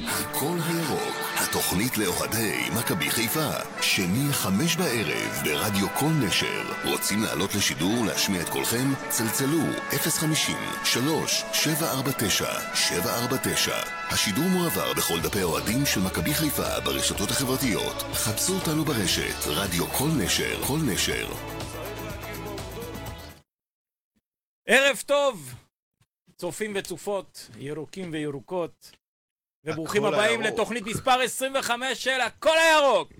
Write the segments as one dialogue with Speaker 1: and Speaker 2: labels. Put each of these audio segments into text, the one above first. Speaker 1: הקול הירוק, התוכנית לאוהדי מכבי חיפה, שני חמש בערב ברדיו כל נשר. רוצים לעלות לשידור ולהשמיע את קולכם? צלצלו 050-3749-749. השידור מועבר בכל דפי האוהדים של מכבי חיפה ברשתות החברתיות. חפשו אותנו ברשת, רדיו כל נשר, כל נשר.
Speaker 2: ערב טוב, צופים וצופות, ירוקים וירוקות, וברוכים
Speaker 3: הכל
Speaker 2: הבאים
Speaker 3: הירוק.
Speaker 2: לתוכנית מספר 25 של הכל הירוק.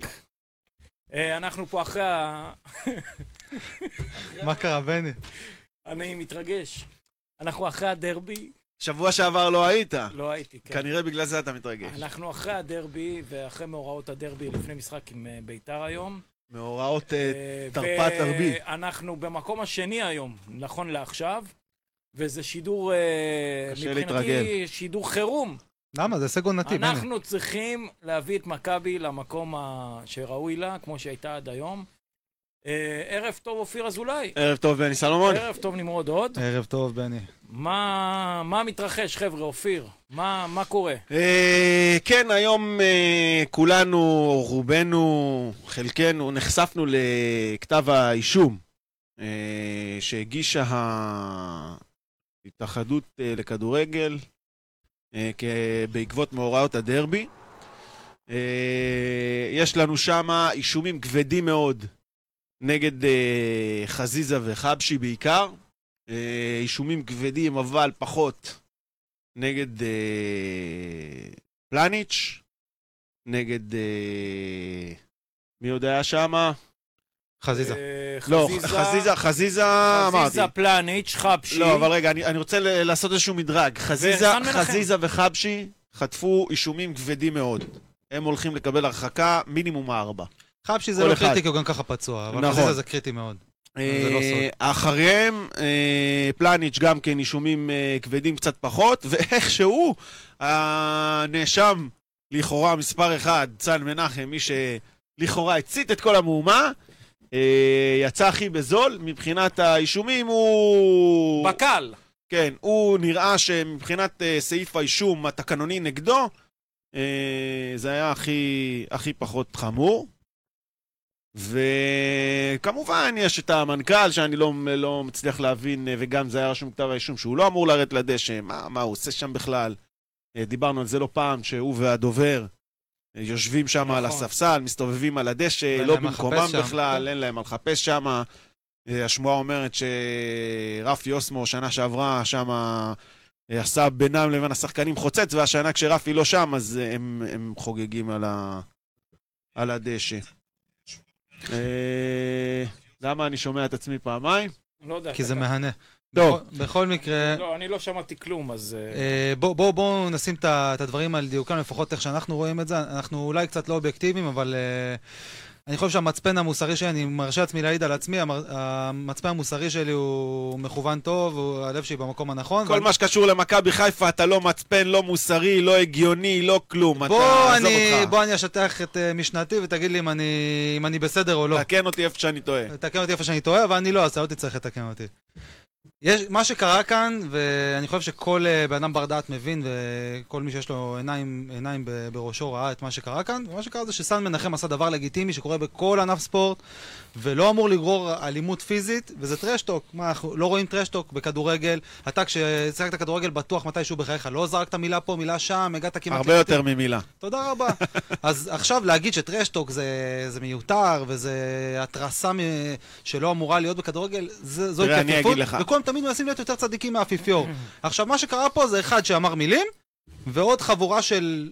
Speaker 2: אה, אנחנו פה אחרי ה...
Speaker 4: מה קרה, בני?
Speaker 2: אני מתרגש. אנחנו אחרי הדרבי,
Speaker 3: שבוע שעבר לא היית.
Speaker 2: לא הייתי, כן. אה,
Speaker 3: כנראה בגלל זה אתה מתרגש.
Speaker 2: אנחנו אחרי הדרבי, ואחרי מאורעות הדרבי לפני משחק עם אה, ביתר היום.
Speaker 3: מאורעות אה,
Speaker 2: אה,
Speaker 3: תרפ"ט ערבי.
Speaker 2: אנחנו במקום השני היום, נכון לעכשיו, וזה שידור, אה,
Speaker 3: קשה
Speaker 2: מבחינתי,
Speaker 3: להתרגל.
Speaker 2: שידור חירום.
Speaker 4: למה? זה הישג עונתי, בני.
Speaker 2: אנחנו צריכים להביא את מכבי למקום ה- שראוי לה, כמו שהייתה עד היום. אה, ערב טוב, אופיר אזולאי.
Speaker 3: ערב טוב, בני סלומון.
Speaker 2: ערב טוב, נמרוד עוד.
Speaker 4: ערב טוב, בני.
Speaker 2: מה מה מתרחש, חבר'ה, אופיר? מה מה קורה?
Speaker 3: אה, כן, היום אה, כולנו, רובנו, חלקנו, נחשפנו לכתב האישום אה, שהגישה ההתאחדות אה, לכדורגל אה, כ- בעקבות מאורעות הדרבי. אה, יש לנו שם אישומים כבדים מאוד נגד אה, חזיזה וחבשי בעיקר. אה, אישומים כבדים, אבל פחות נגד אה, פלניץ', נגד... אה, מי עוד היה שמה?
Speaker 4: חזיזה.
Speaker 2: אה,
Speaker 3: לא, חזיזה, חזיזה אמרתי.
Speaker 2: חזיזה פלניץ', חבשי.
Speaker 3: לא, אבל רגע, אני, אני רוצה ל- לעשות איזשהו מדרג. חזיזה,
Speaker 2: וחאן מנחם.
Speaker 3: חזיזה וחבשי חטפו אישומים כבדים מאוד. הם הולכים לקבל הרחקה מינימום הארבע.
Speaker 4: חבשי זה
Speaker 3: כל
Speaker 4: לא
Speaker 3: אחד.
Speaker 4: קריטי, כי הוא גם ככה פצוע, אבל
Speaker 3: נכון.
Speaker 4: חזיזה זה קריטי מאוד. זה לא
Speaker 3: אה, אחריהם, אה, פלניץ' גם כן אישומים אה, כבדים קצת פחות, ואיכשהו הנאשם, לכאורה מספר אחד, צאן מנחם, מי שלכאורה הצית את כל המהומה, אה, יצא הכי בזול, מבחינת האישומים הוא...
Speaker 2: בקל.
Speaker 3: כן, הוא נראה שמבחינת אה, סעיף האישום התקנוני נגדו, אה, זה היה הכי, הכי פחות חמור. וכמובן, יש את המנכ"ל, שאני לא, לא מצליח להבין, אה, וגם זה היה רשום כתב האישום, שהוא לא אמור לרדת לדשא, מה, מה הוא עושה שם בכלל? אה, דיברנו על זה לא פעם, שהוא והדובר אה, יושבים שם
Speaker 2: נכון.
Speaker 3: על הספסל, מסתובבים על הדשא,
Speaker 4: ואין
Speaker 3: לא
Speaker 4: להם מה
Speaker 3: במקומם
Speaker 4: לחפש שם.
Speaker 3: בכלל, אין להם מה לחפש שם. אה, השמועה אומרת שרפי אוסמו שנה שעברה שם אה, עשה בינם לבין השחקנים חוצץ, והשנה כשרפי לא שם, אז אה, הם, הם חוגגים על, ה, על הדשא. אה, למה אני שומע את עצמי פעמיים?
Speaker 2: לא יודע.
Speaker 4: כי זה
Speaker 2: אתה-
Speaker 4: מהנה.
Speaker 3: טוב.
Speaker 4: בכל- בכל מקרה,
Speaker 2: לא, אני לא שמעתי כלום, אז... אה,
Speaker 4: אה, בואו בוא, בוא נשים את ה- את הדברים על דיוקם, לפחות איך שאנחנו רואים את זה. אנחנו אולי קצת לא אובייקטיביים, אבל אה, אני חושב שהמצפן המוסרי שלי, אני מרשה לעצמי להעיד על עצמי, המר- המצפן המוסרי שלי הוא מכוון טוב, הוא- הלב שלי במקום הנכון.
Speaker 3: כל
Speaker 4: ואני-
Speaker 3: מה שקשור למכבי חיפה, אתה לא מצפן, לא מוסרי, לא הגיוני, לא כלום.
Speaker 4: בוא
Speaker 3: אתה, עזוב
Speaker 4: אני,
Speaker 3: אותך.
Speaker 4: בוא אני אשטח את אה, משנתי ותגיד לי אם אני, אם אני בסדר או לא.
Speaker 3: תקן אותי איפה שאני טועה.
Speaker 4: תקן אותי איפה שאני טועה, אבל אני לא, אז אתה לא תצטרך לתקן אותי. יש, מה שקרה כאן, ואני חושב שכל אה, בן אדם בר דעת מבין, וכל מי שיש לו עיניים, עיניים ב- בראשו ראה את מה שקרה כאן, ומה שקרה זה שסן מנחם עשה דבר לגיטימי שקורה בכל ענף ספורט, ולא אמור לגרור אלימות פיזית, וזה טרשטוק. מה, אנחנו לא רואים טרשטוק בכדורגל? אתה כששיחקת כדורגל בטוח מתישהו בחייך, לא זרקת מילה פה, מילה שם, הגעת כמעט...
Speaker 3: הרבה יותר ממילה.
Speaker 4: תודה רבה. אז עכשיו להגיד שטרשטוק זה, זה מיותר, וזה התרסה מ... שלא אמורה להיות בכדורגל, זה, זו
Speaker 3: תראה, אני אגיד לך.
Speaker 4: וכולם תמיד מנסים להיות יותר צדיקים מהאפיפיור. עכשיו, מה שקרה פה זה אחד שאמר מילים, ועוד חבורה של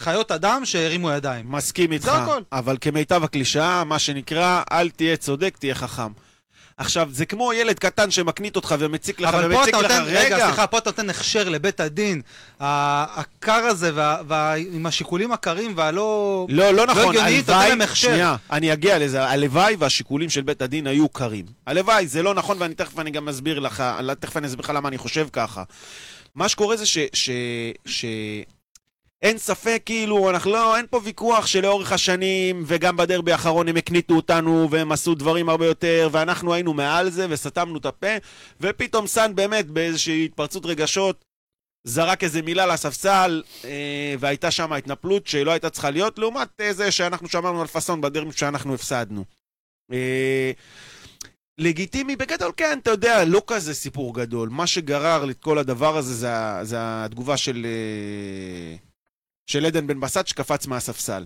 Speaker 4: חיות אדם שהרימו ידיים.
Speaker 3: מסכים איתך,
Speaker 4: הכל.
Speaker 3: אבל כמיטב הקלישאה, מה שנקרא, אל תהיה צודק, תהיה חכם. עכשיו, זה כמו ילד קטן שמקנית אותך ומציק לך
Speaker 4: אבל פה
Speaker 3: ומציק
Speaker 4: אתה
Speaker 3: לך,
Speaker 4: נותן, רגע,
Speaker 3: רגע,
Speaker 4: סליחה, פה אתה נותן הכשר לבית הדין, ה- הקר הזה, וה- וה- עם השיקולים הקרים והלא...
Speaker 3: לא, לא נכון,
Speaker 4: הגיוני, אתה נותן להם
Speaker 3: הלוואי,
Speaker 4: הכשר.
Speaker 3: שנייה, אני אגיע לזה, הלוואי והשיקולים של בית הדין היו קרים. הלוואי, זה לא נכון, ואני תכף אני גם אסביר לך, תכף אני אסביר לך למה אני חושב ככה. מה שקורה זה ש... ש, ש אין ספק, כאילו, אנחנו לא, אין פה ויכוח שלאורך השנים, וגם בדרבי האחרון הם הקניטו אותנו, והם עשו דברים הרבה יותר, ואנחנו היינו מעל זה, וסתמנו את הפה, ופתאום סאן באמת באיזושהי התפרצות רגשות, זרק איזה מילה לספסל, אה, והייתה שם התנפלות שלא הייתה צריכה להיות, לעומת אה, זה שאנחנו שמרנו על פאסון בדרבים שאנחנו הפסדנו. אה, לגיטימי, בגדול כן, אתה יודע, לא כזה סיפור גדול. מה שגרר את כל הדבר הזה זה, ה- זה התגובה של, אה, של עדן בן בסט שקפץ מהספסל.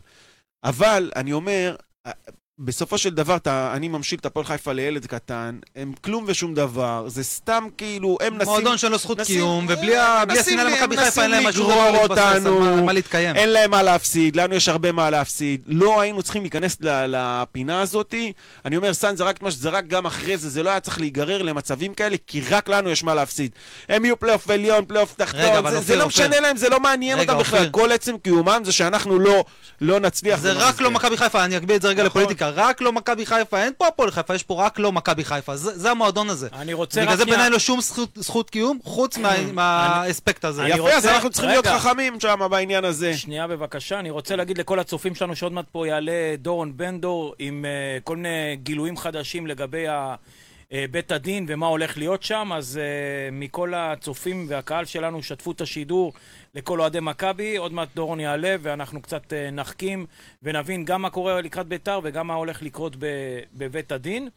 Speaker 3: אבל, אני אומר, אה, בסופו של דבר, אתה, אני ממשיל את הפועל חיפה לילד קטן, הם כלום ושום דבר, זה סתם כאילו, הם נסים...
Speaker 4: מועדון שאין לו זכות
Speaker 3: נשים-
Speaker 4: קיום, ובלי ה- בלי
Speaker 3: נשים
Speaker 4: השנאה
Speaker 3: אה, לי-
Speaker 4: למכבי
Speaker 3: נשים
Speaker 4: חיפה אין להם משהו
Speaker 3: לגרור
Speaker 4: להתבסס, על
Speaker 3: אותנו.
Speaker 4: מה- על מה להתקיים.
Speaker 3: אין להם מה להפסיד, לנו יש הרבה מה להפסיד. לא היינו צריכים להיכנס ל- לפינה הזאתי. אני אומר, סאן זרק את מה שזרק גם אחרי זה, זה לא היה צריך להיגרר למצבים כאלה, כי רק לנו יש מה להפסיד. הם יהיו פלייאוף עליון, פלייאוף
Speaker 4: רגע,
Speaker 3: תחתון,
Speaker 4: אבל
Speaker 3: זה- זה
Speaker 4: אופיר,
Speaker 3: לא
Speaker 4: אופיר.
Speaker 3: משנה להם, זה לא מעניין
Speaker 4: רגע,
Speaker 3: אותם בכלל.
Speaker 4: אופיר.
Speaker 3: כל עצם קיומם זה שאנחנו לא- לא נצליח.
Speaker 4: זה
Speaker 3: במה
Speaker 4: רק לא
Speaker 3: זה.
Speaker 4: מכבי חיפה, אני אגביל את זה רגע
Speaker 3: נכון.
Speaker 4: לפוליטיקה, רק לא מכבי חיפה, אין פה הפועל חיפה, יש פה רק לא מכבי חיפה, זה זה המועדון הזה.
Speaker 3: אה,
Speaker 2: אני רוצה רק...
Speaker 4: בגלל זה
Speaker 2: שנייה-
Speaker 4: בעיניי אין לו שום זכות- זכות קיום, חוץ מה- מהאספקט הזה.
Speaker 2: אני
Speaker 3: יפה,
Speaker 2: רוצה-
Speaker 3: אז אנחנו צריכים להיות
Speaker 2: רגע.
Speaker 3: חכמים שם בעניין הזה.
Speaker 2: שנייה בבקשה, אני רוצה להגיד לכל הצופים שלנו שעוד מעט פה יעלה דורון בן דור עם uh, כל מיני גילויים חדשים לגבי ה, uh, בית הדין ומה הולך להיות שם, אז uh, מכל הצופים והקהל שלנו שתפו את השידור לכל אוהדי מכבי, עוד מעט דורון יעלה ואנחנו קצת uh, נחכים ונבין גם מה קורה לקראת ביתר וגם מה הולך לקרות ב, בבית הדין.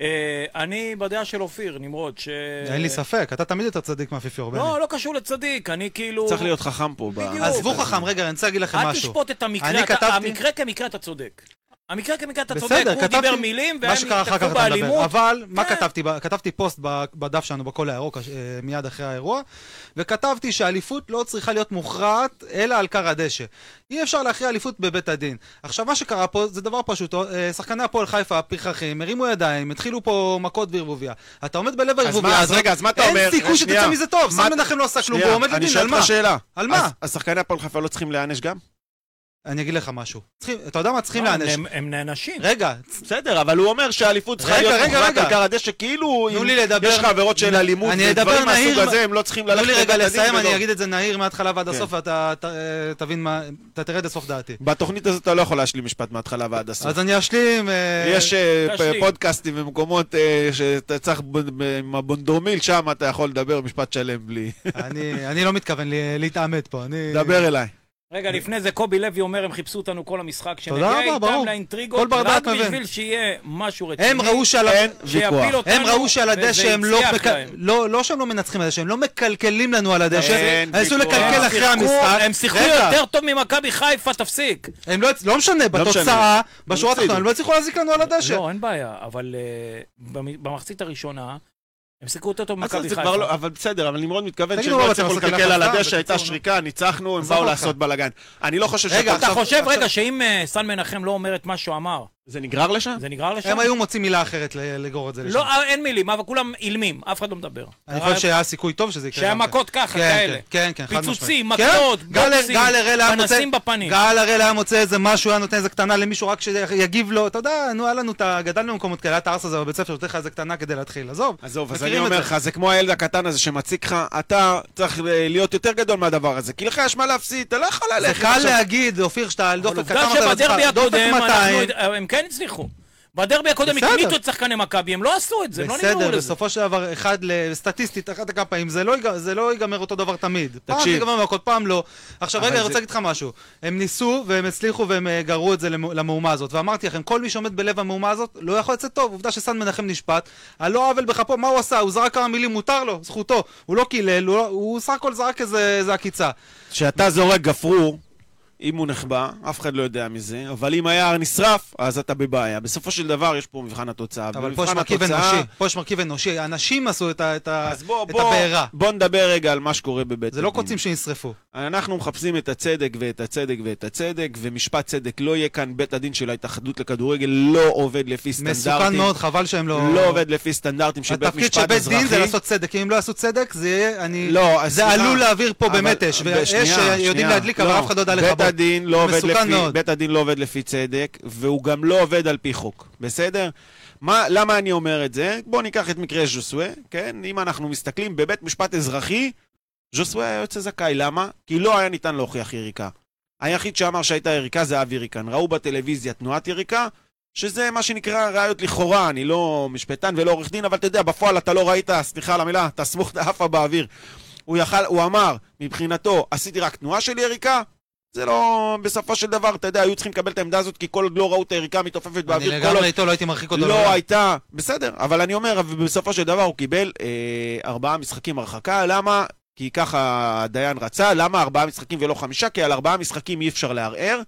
Speaker 2: Uh, אני בדעה של אופיר, נמרוד, ש...
Speaker 4: אין לי ספק, אתה תמיד יותר צדיק מאפיפיור בני.
Speaker 2: לא, לא קשור לצדיק, אני כאילו...
Speaker 3: צריך להיות חכם פה. ב-
Speaker 2: בדיוק.
Speaker 4: עזבו חכם, רגע, אני רוצה להגיד לכם
Speaker 2: אל
Speaker 4: משהו.
Speaker 2: תשפוט את המקרה,
Speaker 4: אני
Speaker 2: אתה-
Speaker 4: כתבתי-
Speaker 2: המקרה כמקרה אתה צודק. המקרה כמקרה אתה צודק,
Speaker 4: בסדר,
Speaker 2: הוא דיבר
Speaker 4: כתבתי-
Speaker 2: מילים והם
Speaker 4: מה שקרה אחר כך
Speaker 2: התקפו
Speaker 4: אתה מדבר.
Speaker 2: באלימות.
Speaker 4: אבל מה
Speaker 2: כן.
Speaker 4: כתבתי? ב- כתבתי פוסט ב- בדף שלנו, בכל הירוק, אה, מיד אחרי האירוע, וכתבתי שהאליפות לא צריכה להיות מוכרעת, אלא על כר הדשא. אי אפשר להכריע אליפות בבית הדין. עכשיו, מה שקרה פה זה דבר פשוט. אה, שחקני הפועל חיפה, הפרחחים, הרימו ידיים, התחילו פה מכות וערבוביה. אתה עומד בלב הערבוביה
Speaker 3: אז
Speaker 4: הזאת,
Speaker 3: רגע, אז מה אתה אומר? אה,
Speaker 4: אין סיכוי
Speaker 3: שנייה.
Speaker 4: שתצא מזה טוב.
Speaker 3: מה-
Speaker 4: סן מנחם לא עשה כלום,
Speaker 3: שנייה,
Speaker 4: והוא עומד
Speaker 3: אני
Speaker 4: לדין,
Speaker 3: שואל
Speaker 4: על מה?
Speaker 3: אותך שאלה.
Speaker 4: על מה?
Speaker 3: אז- אז שחקני הפועל חיפה לא צריכים להיענש גם?
Speaker 4: אני אגיד לך משהו. צריכים- אתה יודע מה? צריכים
Speaker 2: לא,
Speaker 4: להענש.
Speaker 2: הם- הם נענשים.
Speaker 4: רגע,
Speaker 3: בסדר, אבל הוא אומר שהאליפות צריכה
Speaker 4: רגע,
Speaker 3: להיות
Speaker 4: רגע,
Speaker 3: מוכרעת
Speaker 4: רגע.
Speaker 3: על כר הדשא, כאילו
Speaker 4: תנו
Speaker 3: אם
Speaker 4: לי לדבר.
Speaker 3: יש לך עבירות של אלימות
Speaker 4: אני
Speaker 3: ודברים
Speaker 4: אדבר
Speaker 3: מהסוג
Speaker 4: נהיר,
Speaker 3: הזה, הם לא צריכים ללכת
Speaker 4: תנו לי רגע
Speaker 3: לבית הדין
Speaker 4: לסיים,
Speaker 3: ולא-
Speaker 4: אני אגיד את זה נהיר מההתחלה ועד
Speaker 3: כן.
Speaker 4: הסוף, ואתה ת- אה, תבין מה, אתה תרד לסוף דעתי.
Speaker 3: בתוכנית הזאת אתה לא יכול להשלים משפט מההתחלה ועד הסוף.
Speaker 4: אז אני אשלים, אה,
Speaker 3: יש אה, פ-
Speaker 2: תשלים.
Speaker 3: פודקאסטים במקומות אה, שאתה צריך ב- ב- עם הבונדרומיל, שם אתה יכול לדבר משפט שלם בלי...
Speaker 4: אני אני לא מתכוון ל- להתעמת פה, אני...
Speaker 3: דבר אליי.
Speaker 2: רגע, לפני זה קובי לוי אומר, הם חיפשו אותנו כל המשחק, שנגיע
Speaker 4: תודה רבה,
Speaker 2: איתם
Speaker 4: ברור. כל
Speaker 2: לאינטריגות,
Speaker 4: בר
Speaker 2: רק
Speaker 4: דעת מבין.
Speaker 2: בשביל שיהיה משהו רציני.
Speaker 4: הם ראו שעל ה-
Speaker 3: אין
Speaker 2: שיפיל
Speaker 3: ויכוח.
Speaker 2: אותנו,
Speaker 4: הם ראו שעל
Speaker 2: וזה
Speaker 4: הדשא הם לא...
Speaker 2: הצליח
Speaker 4: מקל-
Speaker 2: להם.
Speaker 4: לא, לא שהם לא מנצחים על הדשא, הם לא מקלקלים לנו על הדשא,
Speaker 3: אין
Speaker 4: הם ניסו
Speaker 3: ויכוח.
Speaker 4: לקלקל
Speaker 2: הם
Speaker 4: אחרי
Speaker 2: שיחקו-
Speaker 4: המשחק.
Speaker 2: הם שיחקו
Speaker 4: רגע,
Speaker 2: יותר טוב ממכבי חיפה, תפסיק.
Speaker 4: הם לא... הצ- לא משנה,
Speaker 3: משנה.
Speaker 4: בתוצאה,
Speaker 3: הפסידו.
Speaker 4: בשורה התחתונה, הם לא הצליחו להזיק לנו על הדשא.
Speaker 2: לא, אין בעיה, אבל אה, במ- במחצית הראשונה, הם שיחקו יותר טוב
Speaker 3: אז
Speaker 2: ממכבי
Speaker 3: זה
Speaker 2: חיפה.
Speaker 3: כבר לא, אבל בסדר, אבל נמרוד מתכוון
Speaker 4: תגידו,
Speaker 3: שהם
Speaker 4: לא
Speaker 3: לא
Speaker 4: רוצים
Speaker 3: הצליחו
Speaker 4: לעשות
Speaker 3: לקלקל על
Speaker 4: כלאחר יד,
Speaker 3: הדשא, הייתה
Speaker 4: בקיצור, נו.
Speaker 3: שריקה, ניצחנו, הם
Speaker 4: עזוב
Speaker 3: באו
Speaker 4: אותך.
Speaker 3: לעשות בלאגן. אני לא חושב
Speaker 4: רגע,
Speaker 3: שאתה
Speaker 2: אתה
Speaker 4: עכשיו-
Speaker 2: חושב, רגע,
Speaker 4: עכשיו-
Speaker 2: שאם אה, סן מנחם לא אומר את מה שהוא אמר,
Speaker 3: זה נגרר לשם?
Speaker 2: זה נגרר לשם?
Speaker 4: הם היו מוצאים מילה אחרת ל- לגרור את זה לשם.
Speaker 2: לא, אה, אין מילים, אבל כולם אילמים, אף אחד לא מדבר.
Speaker 4: אני חושב שהיה סיכוי טוב שזה יקרה.
Speaker 2: שהיה
Speaker 4: גם כן.
Speaker 2: מכות ככה,
Speaker 4: כן,
Speaker 2: כאלה.
Speaker 4: כן, כן, כן, חד
Speaker 2: פיצוצים,
Speaker 4: משמעית.
Speaker 2: מכות,
Speaker 4: כן, גל-
Speaker 2: בוקסים,
Speaker 4: גל הראל היה מוצא-
Speaker 2: אנסים בפנים.
Speaker 4: גל הראל היה מוצא איזה משהו, היה נותן איזה קטנה למישהו רק שיגיב לו, אתה יודע, נו, היה לנו את ה... גדלנו במקומות כאלה, היה את הארס הזה בבית ספר, נותן לך איזה קטנה כדי להתחיל, עזוב.
Speaker 3: עזוב, אז אני
Speaker 4: מכירים את
Speaker 3: אומר
Speaker 4: זה.
Speaker 3: לך, זה כמו הילד הקטן הזה שמציק לך, אתה צריך אה, להיות יותר גדול מהדבר הזה, כי לך יש מה להפסיד, אתה לא יכול
Speaker 4: זה
Speaker 3: ללכת.
Speaker 4: קל
Speaker 3: עכשיו.
Speaker 4: להגיד, אופיר, שאתה על דופק
Speaker 2: אה, עובדה
Speaker 4: קטן, אתה
Speaker 2: שבדרבי
Speaker 4: בעצמך,
Speaker 2: הקודם,
Speaker 4: דופק 200,
Speaker 2: אנחנו- הם כן הצליחו. בדרבי הקודם
Speaker 4: בסדר.
Speaker 2: הקמיטו את שחקני מכבי, הם לא עשו את זה, הם לא נגמרו
Speaker 4: בסדר,
Speaker 2: לזה.
Speaker 4: בסופו של דבר, אחד, ל- סטטיסטית, אחת לכמה פעמים, זה לא ייג- זה לא ייגמר אותו דבר תמיד. פעם זה
Speaker 3: תקשיב.
Speaker 4: ייגמר מכות, פעם לא. עכשיו,
Speaker 3: אבל
Speaker 4: רגע, אני
Speaker 3: זה-
Speaker 4: רוצה להגיד לך משהו. הם ניסו, והם הצליחו, והם אה, גררו את זה למו- למהומה הזאת. ואמרתי לכם, כל מי שעומד בלב המהומה הזאת, לא יכול לצאת טוב. עובדה שסן מנחם נשפט, על לא עוול בכפו, מה הוא עשה? הוא זרק כמה מילים, מותר לו, זכותו. הוא לא קילל, הוא לא- הוא סך הכל זרק איזה איזה עקיצה.
Speaker 3: כשאתה זורק גפרור, אם הוא נחבא, אף אחד לא יודע מזה, אבל אם היער נשרף, אז אתה בבעיה. בסופו של דבר, יש פה מבחן התוצאה.
Speaker 4: אבל פה יש
Speaker 3: במבחן
Speaker 4: מרכיב
Speaker 3: התוצאה-
Speaker 4: אנושי, פה יש מרכיב אנושי. האנשים עשו את ה- את ה-
Speaker 3: אז בוא,
Speaker 4: את
Speaker 3: בוא,
Speaker 4: הבעירה.
Speaker 3: בוא נדבר רגע על מה שקורה בבית
Speaker 4: זה לא
Speaker 3: הדין.
Speaker 4: קוצים שנשרפו.
Speaker 3: אנחנו מחפשים את הצדק ואת הצדק ואת הצדק, ומשפט צדק לא יהיה כאן. בית הדין של ההתאחדות לכדורגל לא עובד לפי סטנדרטים.
Speaker 4: מסוכן מאוד, חבל שהם לא...
Speaker 3: לא עובד לפי סטנדרטים של בית משפט
Speaker 4: התפקיד
Speaker 3: אזרחי.
Speaker 4: של בית דין זה לעשות צדק, כי אם לא יעשו צדק, זה יהיה, אני...
Speaker 3: לא,
Speaker 4: זה
Speaker 3: סליחה.
Speaker 4: עלול להעביר פה
Speaker 3: אבל-
Speaker 4: באמת אש, ויש
Speaker 3: שנייה,
Speaker 4: שיודעים
Speaker 3: שנייה.
Speaker 4: להדליק, אבל
Speaker 3: לא,
Speaker 4: אף אחד לא יודע
Speaker 3: בית
Speaker 4: לכבות.
Speaker 3: הדין לא עובד
Speaker 4: מסוכן
Speaker 3: לפי-
Speaker 4: מאוד.
Speaker 3: בית הדין לא עובד לפי צדק, והוא גם לא עובד על פי חוק, בסדר? מה, למה אני אומר את זה? בואו ניקח את מקרה ז'וסווה, כן? אם אנחנו מסתכלים בבית משפט אזרחי, ז'וסווה היה יוצא זכאי, למה? כי לא היה ניתן להוכיח יריקה. היחיד שאמר שהייתה יריקה זה אבי יריקן. ראו בטלוויזיה תנועת יריקה, שזה מה שנקרא ראיות לכאורה, אני לא משפטן ולא עורך דין, אבל אתה יודע, בפועל אתה לא ראית, סליחה על המילה, אתה סמוך את האפה באוויר. הוא יכל, הוא אמר, מבחינתו, עשיתי רק תנועה של יריקה, זה לא, בסופו של דבר, אתה יודע, היו צריכים לקבל את העמדה הזאת, כי כל עוד לא ראו את היריקה המתעופפת
Speaker 4: אני
Speaker 3: באוויר, כל עוד
Speaker 4: לגמרי איתו, לא הייתי מרחיק אותו.
Speaker 3: לא
Speaker 4: לעולם.
Speaker 3: הייתה, בסדר, אבל אני אומר, אבל בסופו של דבר הוא קיבל אה, ארבעה משחקים הרחקה, למה? כי ככה הדיין רצה, למה ארבעה משחקים ולא חמישה? כי על ארבעה משחקים אי אפשר לערער,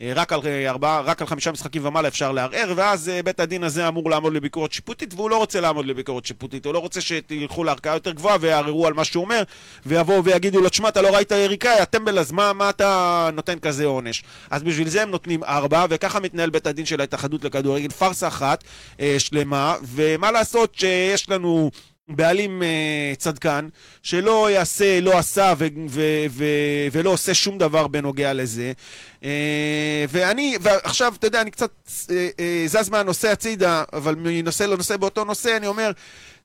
Speaker 3: אה, רק על, אה, ארבעה, רק על חמישה משחקים ומעלה אפשר לערער, ואז אה, בית הדין הזה אמור לעמוד לביקורת שיפוטית, והוא לא רוצה לעמוד לביקורת שיפוטית, הוא לא רוצה שתלכו לערכאה יותר גבוהה ויערערו על מה שהוא אומר, ויבואו ויגידו לו, תשמע, אתה לא ראית יריקה, יא טמבל, אז מה, מה אתה נותן כזה עונש? אז בשביל זה הם נותנים ארבע, וככה מתנהל בית הדין של ההתאחדות לכדורגל, פארסה אחת אה, שלמה, ומה לעשות שיש לנו... בעלים אה, צדקן, שלא יעשה, לא עשה ו- ו- ו- ולא עושה שום דבר בנוגע לזה. אה, ואני, ועכשיו, אתה יודע, אני קצת אה, אה, זז מהנושא הצידה, אבל מנושא לנושא באותו נושא, אני אומר,